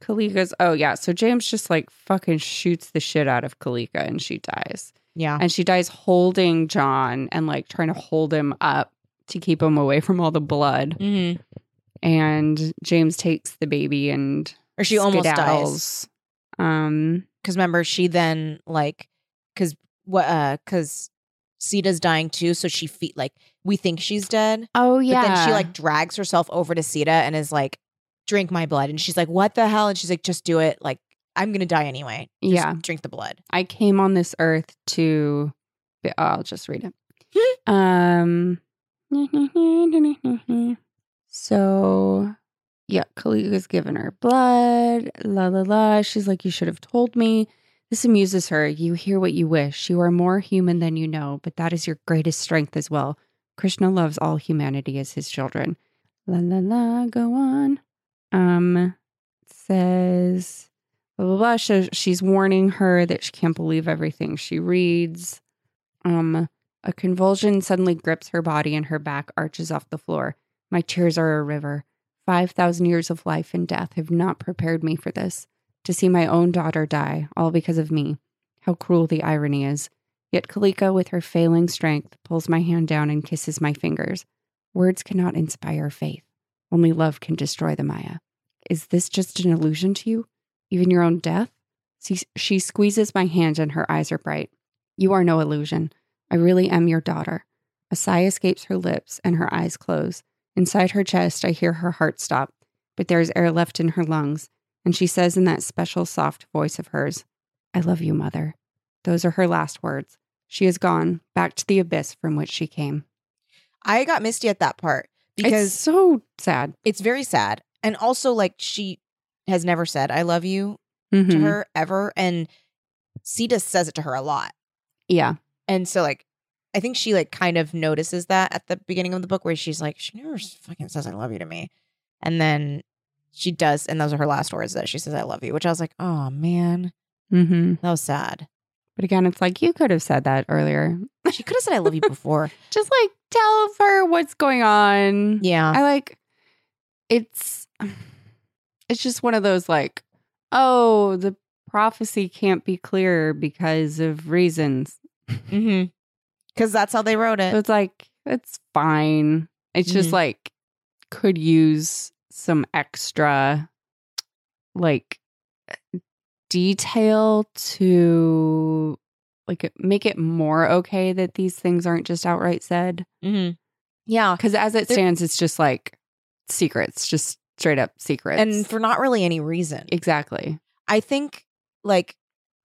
Speaker 3: Kalika's. Oh yeah, so James just like fucking shoots the shit out of Kalika, and she dies.
Speaker 2: Yeah.
Speaker 3: And she dies holding John and like trying to hold him up to keep him away from all the blood.
Speaker 2: Mm-hmm.
Speaker 3: And James takes the baby and
Speaker 2: Or she almost dies.
Speaker 3: skedaddles. Um,
Speaker 2: Because remember, she then like, because what, uh, because Sita's dying too. So she feet like, we think she's dead.
Speaker 3: oh
Speaker 2: But then she like drags herself over to Sita and is like, drink my blood. And she's like, what the hell? And she's like, just do it. Like, I'm going to die anyway. Just
Speaker 3: Yeah.
Speaker 2: Drink the blood.
Speaker 3: I came on this earth to. but I'll just read it. um. So, yeah, Kalika's given her blood. La la la. She's like, you should have told me. This amuses her. You hear what you wish. You are more human than you know, but that is your greatest strength as well. Krishna loves all humanity as his children. La la la. Go on. Um. Says blah blah blah. So she's warning her that she can't believe everything she reads. Um, a convulsion suddenly grips her body and her back arches off the floor. My tears are a river. Five thousand years of life and death have not prepared me for this. To see my own daughter die, all because of me. How cruel the irony is. Yet Kalika, with her failing strength, pulls my hand down and kisses my fingers. Words cannot inspire faith. Only love can destroy the Maya. Is this just an illusion to you? even your own death? She, she squeezes my hand and her eyes are bright. You are no illusion. I really am your daughter. A sigh escapes her lips and her eyes close. Inside her chest, I hear her heart stop, but there is air left in her lungs. And she says in that special soft voice of hers, I love you, mother. Those are her last words. She is gone, back to the abyss from which she came.
Speaker 2: I got misty at that part
Speaker 3: Because
Speaker 2: because
Speaker 3: it's
Speaker 2: it's,
Speaker 3: so sad.
Speaker 2: very sad. And also, like, she has never said, I love you
Speaker 3: Mm-hmm.
Speaker 2: to her ever. And Sita says it to her a lot.
Speaker 3: Yeah.
Speaker 2: And so, like, I think she, like, kind of notices that at the beginning of the book where she's like, she never s- fucking says, I love you to me. And then she does. And those are her last words that she says, I love you, which I was like, oh, man,
Speaker 3: Mm-hmm.
Speaker 2: that was sad.
Speaker 3: But again, it's like you could have said that earlier.
Speaker 2: She could have said, I love you before.
Speaker 3: just like tell her what's going on.
Speaker 2: yeah.
Speaker 3: I like it's [SIGHS] it's just one of those like, oh, the prophecy can't be clear because of reasons.
Speaker 2: Mm-hmm. Because that's how they wrote
Speaker 3: So
Speaker 2: it.
Speaker 3: it's like it's fine. It's just
Speaker 2: Mhm.
Speaker 3: like could use some extra like detail to like make it more okay that these things aren't just outright said.
Speaker 2: Mm-hmm. Yeah.
Speaker 3: Because as it
Speaker 2: There-
Speaker 3: stands, it's just like secrets, just straight up secrets.
Speaker 2: And for not really any reason.
Speaker 3: exactly.
Speaker 2: I think, like,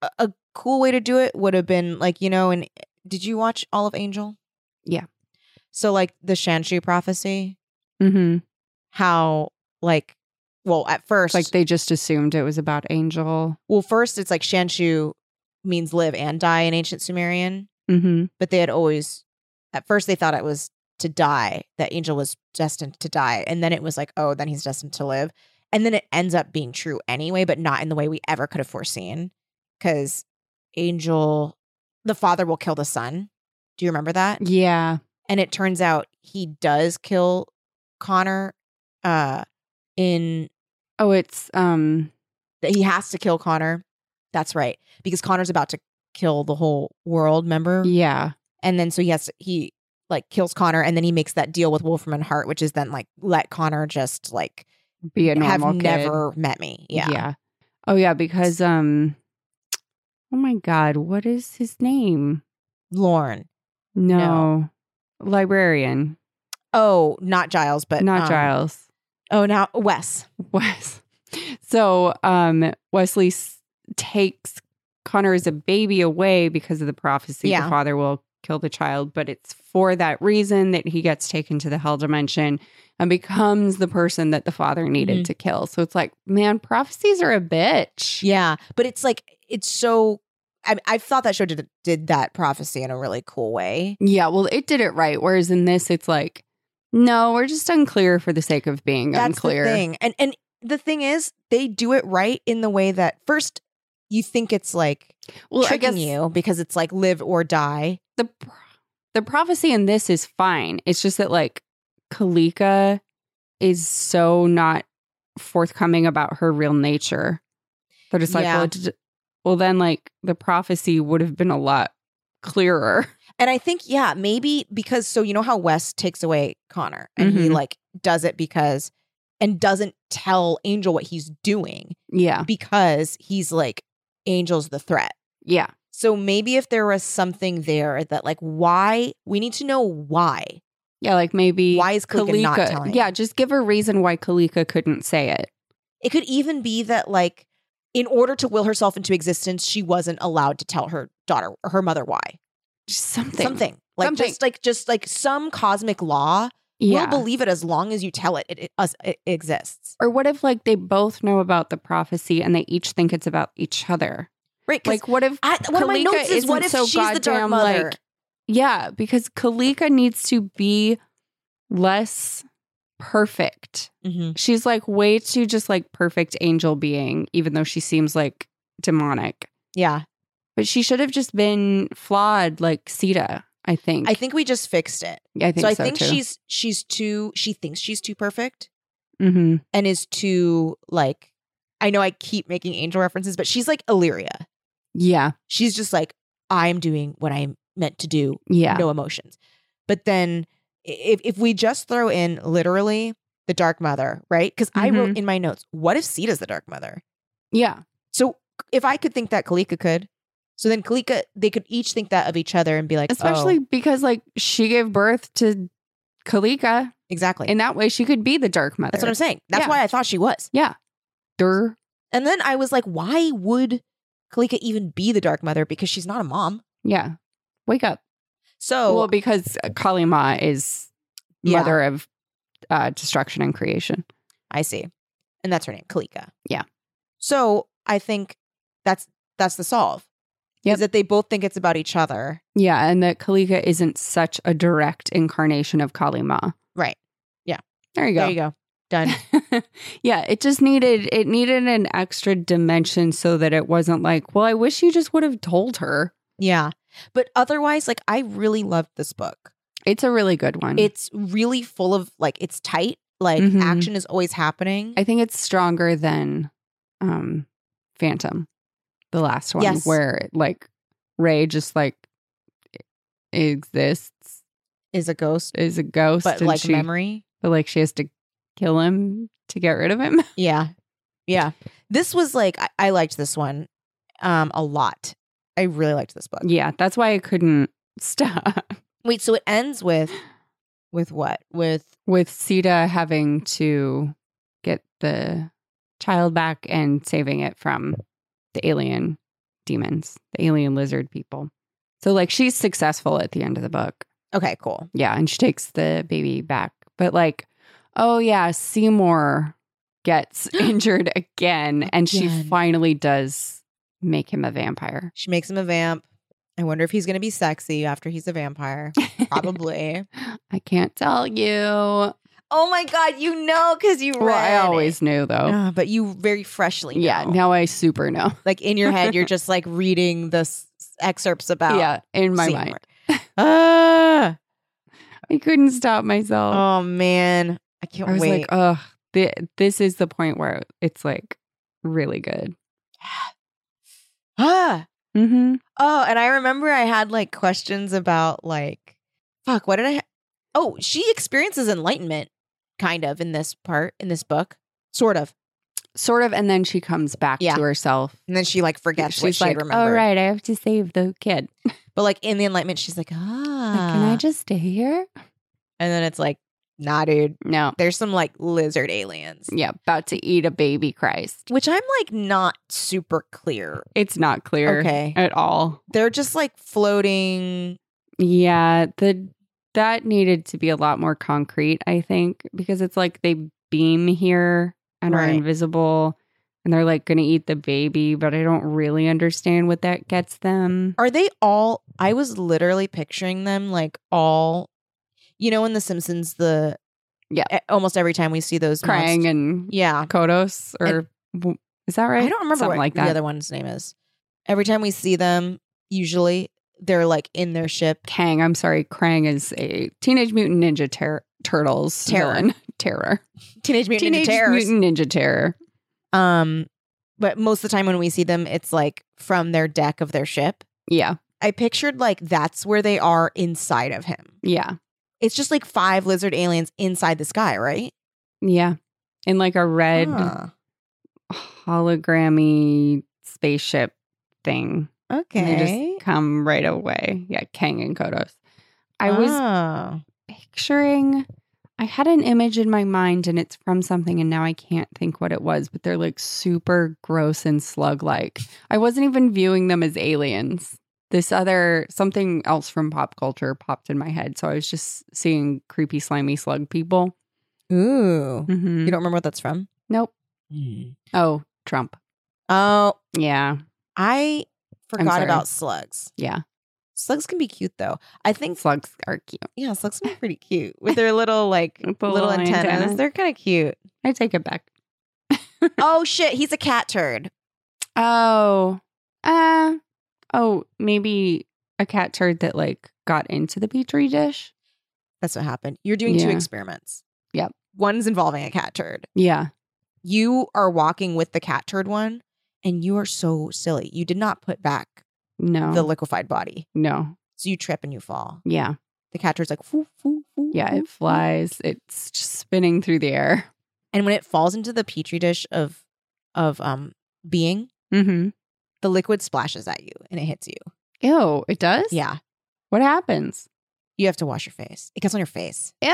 Speaker 2: a, a cool way to do it would have been, like, you know, and did you watch all of Angel?
Speaker 3: Yeah.
Speaker 2: So, like, the Shanshu prophecy,
Speaker 3: Mm-hmm.
Speaker 2: how, like, well, at first,
Speaker 3: Like they just assumed it was about Angel.
Speaker 2: well, first it's like Shanshu means live and die in ancient Sumerian,
Speaker 3: Mm-hmm.
Speaker 2: but they had always At first, they thought it was to die, that Angel was destined to die. And then it was like, oh, then he's destined to live. And then it ends up being true anyway, but not in the way we ever could have foreseen. Because Angel, the father will kill the son. Do you remember that?
Speaker 3: Mm. Yeah.
Speaker 2: and it turns out he does kill Connor uh in
Speaker 3: Oh, it's um
Speaker 2: that he has to kill Connor. That's right. Because Connor's about to kill the whole world, remember?
Speaker 3: yeah.
Speaker 2: And then so he has to, he like kills Connor and then he makes that deal with Wolfram and Hart, which is then like let Connor just like
Speaker 3: Be a
Speaker 2: have
Speaker 3: normal kid.
Speaker 2: never met me. Yeah.
Speaker 3: Oh yeah, because um Oh my god, what is his name?
Speaker 2: Lorne.
Speaker 3: No. Librarian.
Speaker 2: Oh, not Giles, but
Speaker 3: not
Speaker 2: um,
Speaker 3: Giles.
Speaker 2: Oh now Wes.
Speaker 3: Wes. So um Wesley s- takes Connor as a baby away because of the prophecy.
Speaker 2: Yeah.
Speaker 3: The father will kill the child, but it's for that reason that he gets taken to the hell dimension and becomes the person that the father needed
Speaker 2: Mhm.
Speaker 3: to kill. So it's like, man, prophecies are a bitch.
Speaker 2: Yeah, but it's like it's so. I I thought that show did did that prophecy in a really cool way.
Speaker 3: Yeah, well, it did it right. Whereas in this, it's like, no, we're just unclear for the sake of being
Speaker 2: That's
Speaker 3: unclear.
Speaker 2: the thing, and and the thing is, they do it right in the way that first you think it's like
Speaker 3: Well, I
Speaker 2: tricking
Speaker 3: guess
Speaker 2: you because it's like live or die.
Speaker 3: the pro- the prophecy in this is fine. It's just that like Kalika is so not forthcoming about her real nature. They're just like,
Speaker 2: Yeah.
Speaker 3: well, d- well, then like the prophecy would have been a lot clearer.
Speaker 2: And I think yeah, maybe because so you know how Wes takes away Connor and he
Speaker 3: Mhm.
Speaker 2: like does it because and doesn't tell Angel what he's doing
Speaker 3: Yeah,
Speaker 2: because he's like Angel's the threat.
Speaker 3: yeah,
Speaker 2: So maybe if there was something there that like why we need to know why.
Speaker 3: yeah. Like maybe
Speaker 2: Why is Kalika not telling?
Speaker 3: Yeah, just give a reason why Kalika couldn't say it.
Speaker 2: It could even be that like in order to will herself into existence, she wasn't allowed to tell her daughter her mother why.
Speaker 3: Just something.
Speaker 2: Something. Like
Speaker 3: Something.
Speaker 2: just like just like some cosmic law.
Speaker 3: Yeah.
Speaker 2: We'll believe it as long as you tell it it, it, us, it exists.
Speaker 3: Or what if like they both know about the prophecy and they each think it's about each other?
Speaker 2: Right. Like
Speaker 3: Like what if
Speaker 2: I, one of my
Speaker 3: Kalika
Speaker 2: notes is
Speaker 3: isn't
Speaker 2: what if
Speaker 3: so
Speaker 2: she's the dark
Speaker 3: goddamn,
Speaker 2: mother?
Speaker 3: like- yeah, because Kalika needs to be less perfect.
Speaker 2: Mhm.
Speaker 3: She's like way too just like perfect angel being, even though she seems like demonic.
Speaker 2: Yeah.
Speaker 3: But she should have just been flawed like Sita, I think.
Speaker 2: I think we just fixed it.
Speaker 3: I think
Speaker 2: so
Speaker 3: so,
Speaker 2: I think
Speaker 3: too.
Speaker 2: she's she's too she thinks she's too perfect.
Speaker 3: Mhm.
Speaker 2: and is too like I know I keep making angel references, but she's like Illyria.
Speaker 3: Yeah.
Speaker 2: She's just like, I'm doing what I'm meant to do,
Speaker 3: Yeah.
Speaker 2: no emotions. But then i- if if we just throw in literally the dark mother, right? Because I
Speaker 3: Mm-hmm.
Speaker 2: wrote in my notes, what if Sita's the dark mother?
Speaker 3: Yeah.
Speaker 2: So if I could think that Kalika could, so then Kalika, they could each think that of each other and be like,
Speaker 3: Especially
Speaker 2: oh,
Speaker 3: because like she gave birth to Kalika.
Speaker 2: exactly.
Speaker 3: In that way, she could be the dark mother.
Speaker 2: That's what I'm saying. That's
Speaker 3: Yeah.
Speaker 2: why I thought she was.
Speaker 3: Durr.
Speaker 2: And then I was like, why would Kalika even be the dark mother? Because she's not a mom.
Speaker 3: Yeah. Wake up.
Speaker 2: So
Speaker 3: Oh, Well, because uh, Kalima is
Speaker 2: Yeah.
Speaker 3: mother of uh, destruction and creation.
Speaker 2: I see. And that's her name, Kalika.
Speaker 3: Yeah.
Speaker 2: So I think that's that's the solve.
Speaker 3: Yep.
Speaker 2: Is that they both think it's about each other.
Speaker 3: Yeah. And that Kalika isn't such a direct incarnation of Kalima.
Speaker 2: Right. Yeah.
Speaker 3: There you go.
Speaker 2: There you go. Done.
Speaker 3: [LAUGHS] yeah, it just needed it needed an extra dimension so that it wasn't like, well, I wish you just would have told her.
Speaker 2: yeah. But otherwise, like I really loved this book.
Speaker 3: It's a really good one.
Speaker 2: It's really full of like it's tight. Like
Speaker 3: Mhm.
Speaker 2: action is always happening.
Speaker 3: I think it's stronger than um Phantom, the last one,
Speaker 2: Yes.
Speaker 3: where like Ray just like e-, exists
Speaker 2: is a ghost,
Speaker 3: is a ghost,
Speaker 2: but
Speaker 3: and
Speaker 2: like
Speaker 3: she,
Speaker 2: memory.
Speaker 3: but like she has to kill him to get rid of him. [LAUGHS]
Speaker 2: Yeah. Yeah. This was like I, I liked this one um a lot. I really liked this book.
Speaker 3: yeah, that's why I couldn't stop [LAUGHS]
Speaker 2: Wait, so it ends with with what? With
Speaker 3: with Sita having to get the child back and saving it from the alien demons, the alien lizard people. So like she's successful at the end of the book.
Speaker 2: okay, cool.
Speaker 3: Yeah, and she takes the baby back. But like, oh yeah, Seymour [GASPS] gets injured again, and she
Speaker 2: Again.
Speaker 3: finally does make him a vampire.
Speaker 2: She makes him a vamp. I wonder if he's going to be sexy after he's a [LAUGHS] vampire. Probably.
Speaker 3: I can't tell you.
Speaker 2: oh my God, you know, because you read.
Speaker 3: Well, I
Speaker 2: it.
Speaker 3: always knew though.
Speaker 2: Ah, but you very freshly.
Speaker 3: [LAUGHS] Yeah,
Speaker 2: know.
Speaker 3: now I super
Speaker 2: [LAUGHS]
Speaker 3: know.
Speaker 2: Like in your head,
Speaker 3: [LAUGHS]
Speaker 2: you're just like reading the s- excerpts about.
Speaker 3: Yeah, in my
Speaker 2: Seymour.
Speaker 3: mind. [LAUGHS]
Speaker 2: Ah,
Speaker 3: I couldn't stop myself.
Speaker 2: oh man, I can't
Speaker 3: I was
Speaker 2: Oh, wait.
Speaker 3: like, "Oh." ugh, th- this is the point where it's like really good.
Speaker 2: ah.
Speaker 3: Mm-hmm.
Speaker 2: Oh, and I remember I had like questions about like, fuck, what did I? Ha- oh, she experiences enlightenment, kind of in this part in this book, sort of,
Speaker 3: Sort of. And then she comes back
Speaker 2: Yeah.
Speaker 3: to herself.
Speaker 2: and then she like forgets what
Speaker 3: She's
Speaker 2: she
Speaker 3: like,
Speaker 2: had remembered.
Speaker 3: oh, right, I have to save the kid.
Speaker 2: But like in the enlightenment, she's like,
Speaker 3: Like,
Speaker 2: ah,
Speaker 3: can I just stay here?
Speaker 2: and then it's like, nah, dude.
Speaker 3: No.
Speaker 2: There's some like lizard aliens,
Speaker 3: Yeah, about to eat a baby Christ.
Speaker 2: which I'm like not super clear.
Speaker 3: It's not clear Oh.
Speaker 2: Okay,
Speaker 3: at all.
Speaker 2: they're just like floating.
Speaker 3: Yeah, the that needed to be a lot more concrete, I think, because it's like they beam here and are
Speaker 2: Right.
Speaker 3: invisible and they're like going to eat the baby, but I don't really understand what that gets them.
Speaker 2: Are they all? I was literally picturing them like all, you know, in The Simpsons, the
Speaker 3: Yeah.
Speaker 2: e- almost every time we see those
Speaker 3: Krang
Speaker 2: monst-
Speaker 3: and
Speaker 2: yeah,
Speaker 3: Kodos or w- is that right?
Speaker 2: I don't remember
Speaker 3: Something
Speaker 2: what
Speaker 3: like
Speaker 2: the
Speaker 3: that.
Speaker 2: other one's name is. Every time we see them, usually they're like in their ship.
Speaker 3: Kang, I'm sorry, Krang is a Teenage Mutant Ninja Ter- Turtles
Speaker 2: Terror.
Speaker 3: villain. [LAUGHS] Terror.
Speaker 2: Teenage Mutant
Speaker 3: Teenage
Speaker 2: Ninja Terrors.
Speaker 3: Mutant Ninja Terror.
Speaker 2: Um, but most of the time when we see them, it's like from their deck of their ship.
Speaker 3: Yeah.
Speaker 2: I pictured like that's where they are inside of him.
Speaker 3: Yeah.
Speaker 2: It's just like five lizard aliens inside this guy, right?
Speaker 3: Yeah. In like a red
Speaker 2: Huh.
Speaker 3: hologrammy spaceship thing. And they
Speaker 2: Okay.
Speaker 3: just come right away. Yeah, Kang and Kodos. I was
Speaker 2: Oh.
Speaker 3: picturing I had an image in my mind and it's from something and now I can't think what it was, but they're like super gross and slug like. I wasn't even viewing them as aliens. This other something else from pop culture popped in my head. So I was just seeing creepy, slimy slug people.
Speaker 2: Ooh.
Speaker 3: Mm-hmm.
Speaker 2: You don't remember what that's from?
Speaker 3: Nope. Oh, Trump.
Speaker 2: Oh,
Speaker 3: Yeah.
Speaker 2: I forgot
Speaker 3: sorry.
Speaker 2: about slugs.
Speaker 3: Yeah.
Speaker 2: Slugs can be cute though. I think
Speaker 3: Slugs are cute.
Speaker 2: yeah, slugs can be pretty cute with their little
Speaker 3: [LAUGHS]
Speaker 2: like
Speaker 3: With the
Speaker 2: little,
Speaker 3: little
Speaker 2: antennas.
Speaker 3: antenna.
Speaker 2: They're kind of
Speaker 3: [LAUGHS]
Speaker 2: cute.
Speaker 3: I take it back.
Speaker 2: oh shit, he's a cat turd.
Speaker 3: Oh. Uh oh, maybe a cat turd that like got into the petri dish.
Speaker 2: That's what happened. You're doing two
Speaker 3: Yeah.
Speaker 2: experiments.
Speaker 3: Yep.
Speaker 2: One's involving a cat turd.
Speaker 3: Yeah.
Speaker 2: You are walking with the cat turd one, and you are so silly. You did not put back
Speaker 3: No.
Speaker 2: the liquefied body,
Speaker 3: no.
Speaker 2: so you trip and you fall.
Speaker 3: Yeah.
Speaker 2: The cat turd's like, foo, foo, foo,
Speaker 3: Yeah,
Speaker 2: foo,
Speaker 3: it
Speaker 2: foo.
Speaker 3: flies. It's just spinning through the air.
Speaker 2: And when it falls into the petri dish of of um being,
Speaker 3: Mhm.
Speaker 2: the liquid splashes at you and it hits you.
Speaker 3: Ew, it does?
Speaker 2: Yeah.
Speaker 3: What happens?
Speaker 2: You have to wash your face. It gets on your face.
Speaker 3: Ew.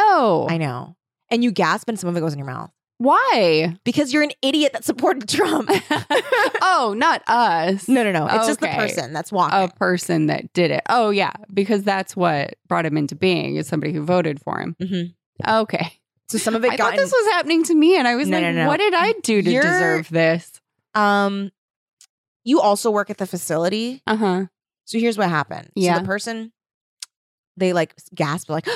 Speaker 2: I know. And you gasp and some of it goes in your mouth. [LAUGHS]
Speaker 3: Why?
Speaker 2: Because you're an idiot that supported Trump.
Speaker 3: [LAUGHS]
Speaker 2: [LAUGHS]
Speaker 3: oh, not us.
Speaker 2: no, no, no. It's just the
Speaker 3: Okay.
Speaker 2: person that's
Speaker 3: A
Speaker 2: walking.
Speaker 3: person that did it. Oh, yeah, because that's what brought him into being is somebody who voted for him.
Speaker 2: Mhm.
Speaker 3: Okay.
Speaker 2: so some of it
Speaker 3: I
Speaker 2: got
Speaker 3: thought this was happening to me, and I was
Speaker 2: No,
Speaker 3: like,
Speaker 2: no, no.
Speaker 3: "What did I do to
Speaker 2: You're-
Speaker 3: deserve this?"
Speaker 2: um you also work at the facility.
Speaker 3: Uh huh.
Speaker 2: So here's what happened.
Speaker 3: Yeah.
Speaker 2: So the person they like gasp like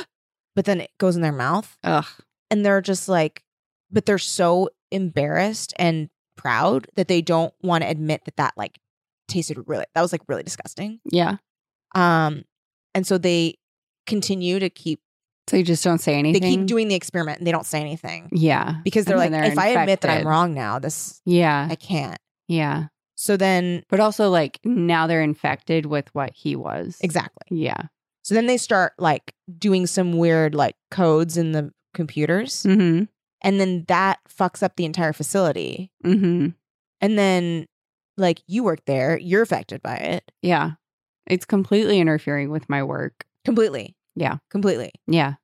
Speaker 2: but then it goes in their mouth
Speaker 3: Ugh.
Speaker 2: and they're just like but they're so embarrassed and proud that they don't want to admit that that like tasted really that was like really disgusting
Speaker 3: Yeah.
Speaker 2: um and so they continue to keep
Speaker 3: So you just don't say anything.
Speaker 2: they keep doing the experiment and they don't say anything
Speaker 3: Yeah.
Speaker 2: because they're
Speaker 3: And then
Speaker 2: like if
Speaker 3: they're
Speaker 2: i admit that i'm
Speaker 3: infected.
Speaker 2: wrong now this
Speaker 3: Yeah.
Speaker 2: i can't
Speaker 3: Yeah.
Speaker 2: so then
Speaker 3: But also, like now they're infected with what he was.
Speaker 2: exactly
Speaker 3: Yeah.
Speaker 2: so then they start like doing some weird like codes in the computers
Speaker 3: Mm
Speaker 2: and then that fucks up the entire facility
Speaker 3: hmm. Mm hmm.
Speaker 2: and then like you work there you're affected by it
Speaker 3: Yeah. It's completely interfering with my work.
Speaker 2: completely
Speaker 3: Yeah.
Speaker 2: completely
Speaker 3: Yeah.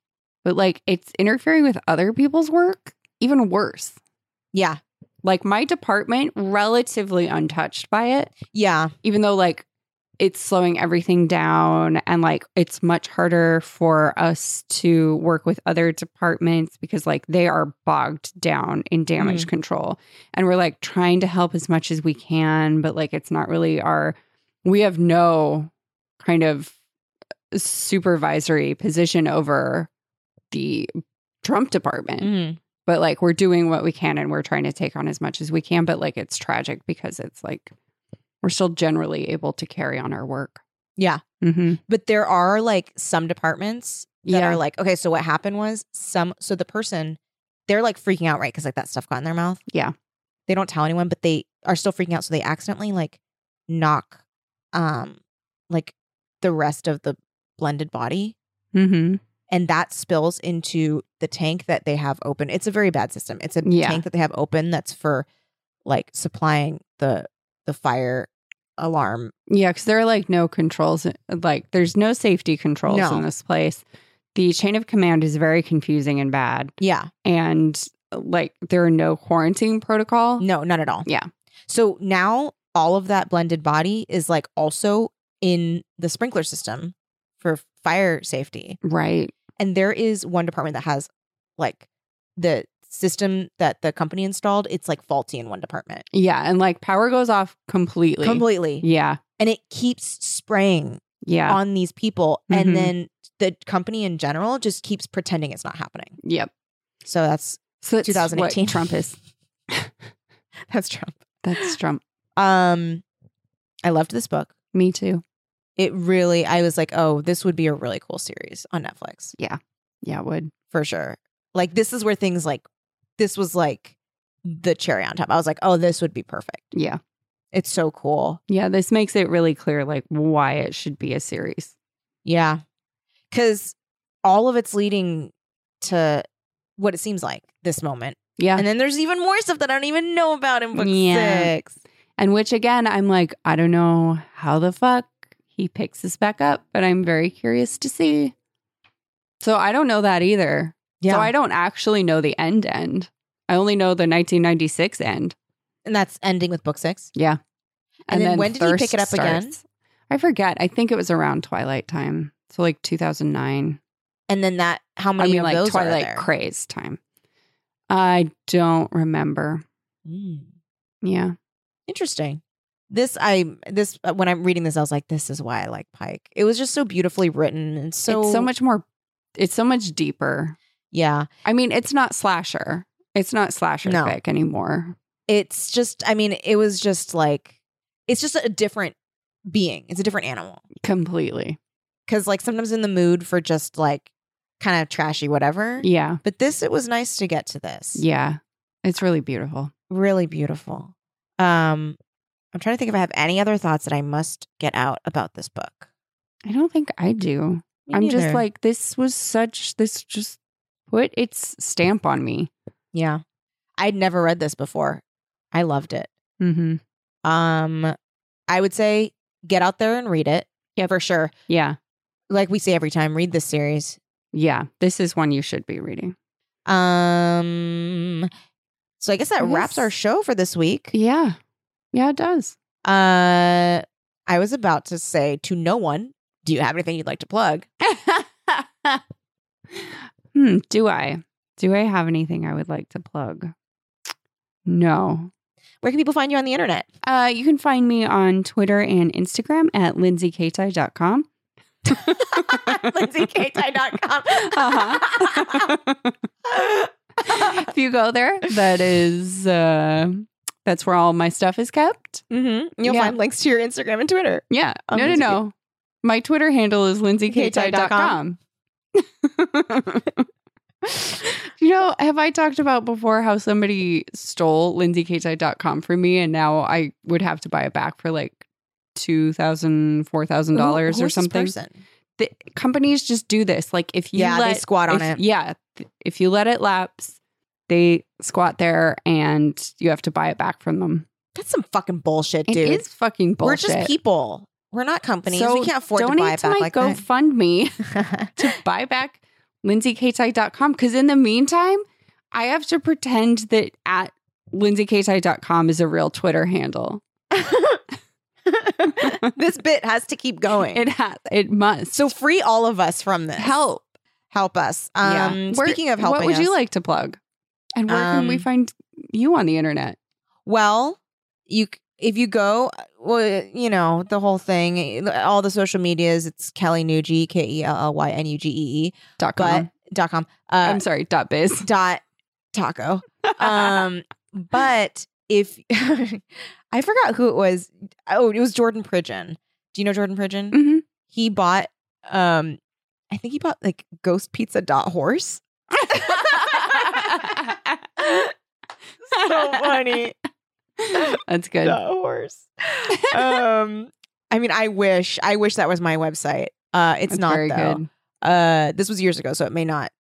Speaker 3: But like, it's interfering with other people's work. Even worse.
Speaker 2: yeah
Speaker 3: Like my department, relatively untouched by it.
Speaker 2: yeah
Speaker 3: even though like it's slowing everything down and like it's much harder for us to work with other departments because like they are bogged down in damage control and we're like trying to help as much as we can but like it's not really our we have no kind of supervisory position over the Trump department.
Speaker 2: Mm-hmm.
Speaker 3: But like we're doing what we can and we're trying to take on as much as we can. But like it's tragic because it's like we're still generally able to carry on our work.
Speaker 2: Yeah.
Speaker 3: Mm-hmm.
Speaker 2: But there are like some departments that
Speaker 3: Yeah.
Speaker 2: are like, okay, so what happened was some, so the person, they're like freaking out, right? Because like that stuff got in their mouth.
Speaker 3: Yeah.
Speaker 2: They don't tell anyone, but they are still freaking out. So they accidentally like knock, um, like the rest of the blended body.
Speaker 3: Mm-hmm.
Speaker 2: And that spills into the tank that they have open. It's a very bad system. It's a
Speaker 3: Yeah.
Speaker 2: tank that they have open that's for like supplying the the fire alarm
Speaker 3: Yeah, because there are like no controls. Like there's no safety controls
Speaker 2: No.
Speaker 3: in this place. The chain of command is very confusing and bad.
Speaker 2: Yeah.
Speaker 3: And like there are no quarantine protocol.
Speaker 2: No, not at all.
Speaker 3: Yeah.
Speaker 2: So now all of that blended body is like also in the sprinkler system for fire safety.
Speaker 3: Right.
Speaker 2: And there is one department that has like the system that the company installed, it's like faulty in one department.
Speaker 3: Yeah. And like power goes off completely.
Speaker 2: Completely.
Speaker 3: Yeah.
Speaker 2: And it keeps spraying
Speaker 3: Yeah.
Speaker 2: on these people.
Speaker 3: Mhm.
Speaker 2: And then the company in general just keeps pretending it's not happening.
Speaker 3: yep.
Speaker 2: So that's [LAUGHS]
Speaker 3: So that's
Speaker 2: 2018.
Speaker 3: what Trump is.
Speaker 2: that's Trump.
Speaker 3: That's Trump.
Speaker 2: Um I loved this book.
Speaker 3: Me too.
Speaker 2: it really i was like oh this would be a really cool series on netflix
Speaker 3: Yeah, it would.
Speaker 2: for sure like this is where things like this was like the cherry on top i was like oh this would be perfect
Speaker 3: Yeah.
Speaker 2: it's so cool
Speaker 3: Yeah. This makes it really clear like why it should be a series.
Speaker 2: yeah because all of it's leading to what it seems like this moment
Speaker 3: Yeah.
Speaker 2: and then there's even more stuff that i don't even know about in book
Speaker 3: Yeah.
Speaker 2: six
Speaker 3: And which again, I'm like, I don't know how the fuck he picks this back up, but I'm very curious to see. So I don't know that either.
Speaker 2: yeah
Speaker 3: So I don't actually know the end end. I only know the 1996 end.
Speaker 2: and that's ending with book six
Speaker 3: And,
Speaker 2: And then when did he pick
Speaker 3: Thirst
Speaker 2: it up again?
Speaker 3: starts. I forget. I think it was around Twilight time. So like 2009.
Speaker 2: and then that how
Speaker 3: I
Speaker 2: many
Speaker 3: mean,
Speaker 2: of
Speaker 3: like
Speaker 2: those are
Speaker 3: Twilight
Speaker 2: there?
Speaker 3: craze time. I don't remember.
Speaker 2: Mm.
Speaker 3: Yeah.
Speaker 2: interesting this i this uh, when i'm reading this i was like this is why i like pike it was just so beautifully written and so
Speaker 3: it's so much more, it's so much deeper.
Speaker 2: yeah
Speaker 3: I mean, it's not slasher. It's not slasher
Speaker 2: No.
Speaker 3: fic anymore.
Speaker 2: it's just i mean it was just like it's just a different being it's a different animal
Speaker 3: Completely.
Speaker 2: because like sometimes in the mood for just like kind of trashy whatever
Speaker 3: Yeah.
Speaker 2: but this it was nice to get to this
Speaker 3: Yeah. It's really beautiful.
Speaker 2: really beautiful um i'm trying to think if i have any other thoughts that i must get out about this book
Speaker 3: I don't think I do.
Speaker 2: Me
Speaker 3: I'm just
Speaker 2: neither.
Speaker 3: like, this was such, this just put its stamp on me.
Speaker 2: yeah i'd never read this before i loved it
Speaker 3: Mm-hmm.
Speaker 2: Um, I would say get out there and read it.
Speaker 3: Yep.
Speaker 2: for sure.
Speaker 3: Yeah.
Speaker 2: Like we say every time, read this series.
Speaker 3: Yeah. This is one you should be reading.
Speaker 2: Um, so I guess that
Speaker 3: I
Speaker 2: wraps
Speaker 3: guess-
Speaker 2: our show for this week.
Speaker 3: Yeah. Yeah,
Speaker 2: [LAUGHS]
Speaker 3: it does.
Speaker 2: Uh, I was about to say to no one, do you have anything you'd like to plug?
Speaker 3: hmm, do I? Do I have anything I would like to plug? No.
Speaker 2: Where can people find you on the internet? [LAUGHS]
Speaker 3: Uh, you can find me on Twitter and Instagram at lindsaykaitai.com.
Speaker 2: LindsayKTI.com.
Speaker 3: Uh-huh. [LAUGHS] if you go there, that is uh, that's where all my stuff is kept.
Speaker 2: [LAUGHS] mm-hmm. You'll
Speaker 3: Yeah.
Speaker 2: find links to your Instagram and Twitter.
Speaker 3: Yeah.
Speaker 2: On
Speaker 3: no, no,
Speaker 2: Lindsay
Speaker 3: no. My Twitter handle is lindsaykaitai.com. [LAUGHS] you know, have I talked about before how somebody stole lindsaykaitai.com from me and now I would have to buy it back for like two thousand, four thousand dollars
Speaker 2: Who-
Speaker 3: or
Speaker 2: who's this
Speaker 3: something?
Speaker 2: person?
Speaker 3: the companies just do this. Like if you
Speaker 2: Yeah, they
Speaker 3: let,
Speaker 2: squat on it.
Speaker 3: if- Yeah, th- if you let it lapse, they squat there and you have to buy it back from them.
Speaker 2: That's some fucking bullshit, dude.
Speaker 3: It is fucking bullshit.
Speaker 2: We're just people. We're not companies.
Speaker 3: So
Speaker 2: we can't afford to
Speaker 3: Donate
Speaker 2: buy it
Speaker 3: to
Speaker 2: back
Speaker 3: my
Speaker 2: like [LAUGHS]
Speaker 3: GoFundMe
Speaker 2: that.
Speaker 3: to buy back lindsaykaitai.com because in the meantime, I have to pretend that at lindsaykaitai.com is a real Twitter handle.
Speaker 2: [LAUGHS] this bit has to keep going.
Speaker 3: It has. It must.
Speaker 2: so free all of us from this.
Speaker 3: help.
Speaker 2: Help us.
Speaker 3: Yeah.
Speaker 2: Um,
Speaker 3: Where-
Speaker 2: Speaking of helping
Speaker 3: what would you
Speaker 2: us-
Speaker 3: like to plug? And where can we
Speaker 2: Um,
Speaker 3: find you on the internet?
Speaker 2: Well, you c- if you go, well, you know, the whole thing, all the social medias, it's Kelly Nugie, K E L L Y N U G E E,
Speaker 3: Dot
Speaker 2: but
Speaker 3: com.
Speaker 2: dot com, uh,
Speaker 3: I'm sorry. Dot
Speaker 2: [LAUGHS]
Speaker 3: biz.
Speaker 2: dot [LAUGHS] taco. Um, but if [LAUGHS] I forgot who it was, oh, it was Jordan Pridgeon. Do you know Jordan Pridgeon?
Speaker 3: [LAUGHS] hmm
Speaker 2: He bought, um, I think he bought like ghost pizza dot horse. [LAUGHS] So [LAUGHS] funny.
Speaker 3: That's good.
Speaker 2: The horse. um, [LAUGHS] I mean, I wish, I wish that was my website. Uh, it's
Speaker 3: That's
Speaker 2: not
Speaker 3: very
Speaker 2: though.
Speaker 3: good.
Speaker 2: Uh, this was years ago, so it may not,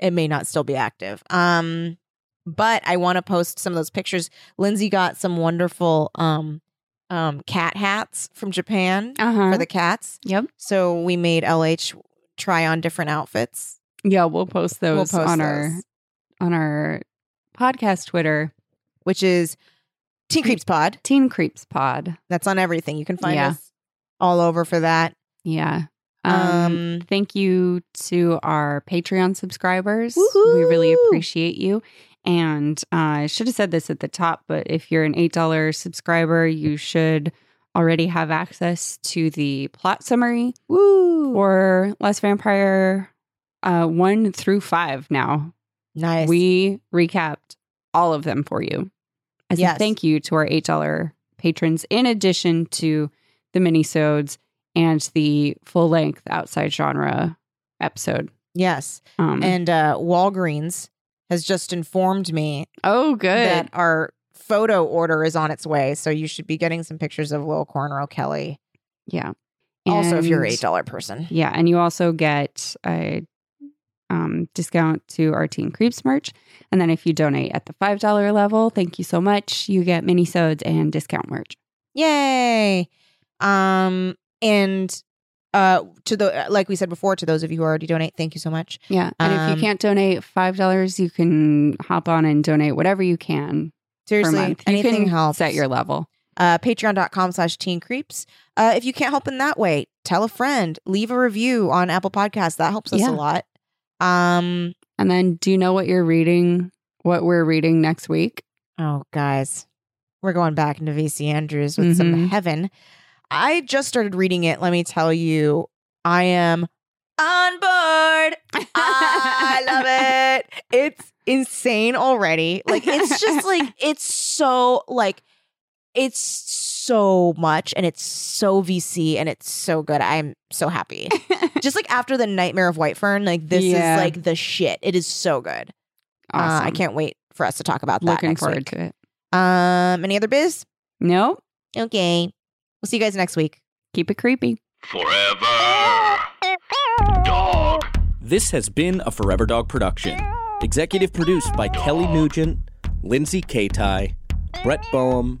Speaker 2: it may not still be active. Um, but I want to post some of those pictures. Lindsay got some wonderful um, um, cat hats from Japan
Speaker 3: Uh-huh.
Speaker 2: for the cats.
Speaker 3: yep.
Speaker 2: So we made LH try on different outfits.
Speaker 3: Yeah, we'll post those
Speaker 2: We'll post
Speaker 3: on
Speaker 2: those.
Speaker 3: our on our podcast Twitter,
Speaker 2: which is Teen Creeps Pod.
Speaker 3: Teen Creeps Pod.
Speaker 2: That's on everything. You can find
Speaker 3: Yeah.
Speaker 2: us all over for that.
Speaker 3: Yeah. Um,
Speaker 2: Um,
Speaker 3: thank you to our Patreon subscribers. We
Speaker 2: Woohoo!
Speaker 3: really appreciate you. And uh, I should have said this at the top, but if you're an $8 subscriber, you should already have access to the plot summary
Speaker 2: woo!
Speaker 3: for Last Vampire uh, 1 through 5 now.
Speaker 2: nice.
Speaker 3: We recapped all of them for you as
Speaker 2: Yes.
Speaker 3: a thank you to our $8 patrons, in addition to the minisodes and the full length outside genre episode.
Speaker 2: yes.
Speaker 3: Um,
Speaker 2: And uh, Walgreens has just informed me
Speaker 3: oh, good.
Speaker 2: that our photo order is on its way, so you should be getting some pictures of Lil Cornrow Kelly.
Speaker 3: yeah.
Speaker 2: also, if you're an
Speaker 3: And-
Speaker 2: eight dollar person,
Speaker 3: Yeah. And you also get a um, discount to our Teen Creeps merch. And then if you donate at the $5 level, thank you so much. You get minisodes and discount merch.
Speaker 2: yay! Um, and uh, to the like we said before, to those of you who already donate, thank you so much.
Speaker 3: Yeah. And if
Speaker 2: Um,
Speaker 3: you can't donate $5, you can hop on and donate whatever you can per
Speaker 2: Seriously,
Speaker 3: month. You
Speaker 2: anything
Speaker 3: can
Speaker 2: helps.
Speaker 3: set your level.
Speaker 2: uh, patreon.com slash teen creeps uh, if you can't help in that way tell a friend leave a review on apple Podcasts. that helps us
Speaker 3: Yeah.
Speaker 2: a lot um
Speaker 3: And then do you know what you're reading, what we're reading next week?
Speaker 2: oh guys we're going back into vc andrews with some
Speaker 3: Mhm.
Speaker 2: heaven i just started reading it let me tell you i am on board Ah,
Speaker 3: [LAUGHS]
Speaker 2: i love it it's insane already like it's just
Speaker 3: [LAUGHS]
Speaker 2: like it's so like it's so much and it's so vc and it's so good i'm so
Speaker 3: [LAUGHS]
Speaker 2: happy just like after the nightmare of white fern like this
Speaker 3: Yeah.
Speaker 2: is like the shit it is so good
Speaker 3: awesome.
Speaker 2: uh, i can't wait for us to talk about that
Speaker 3: Looking
Speaker 2: next
Speaker 3: forward
Speaker 2: week
Speaker 3: to it.
Speaker 2: um any other biz
Speaker 3: No,
Speaker 2: okay we'll see you guys next week
Speaker 3: keep it creepy.
Speaker 1: Forever. Dog.
Speaker 4: This has been a Forever Dog production. Executive produced by Kelly Nugent, Lindsay Katai, Brett Boehm,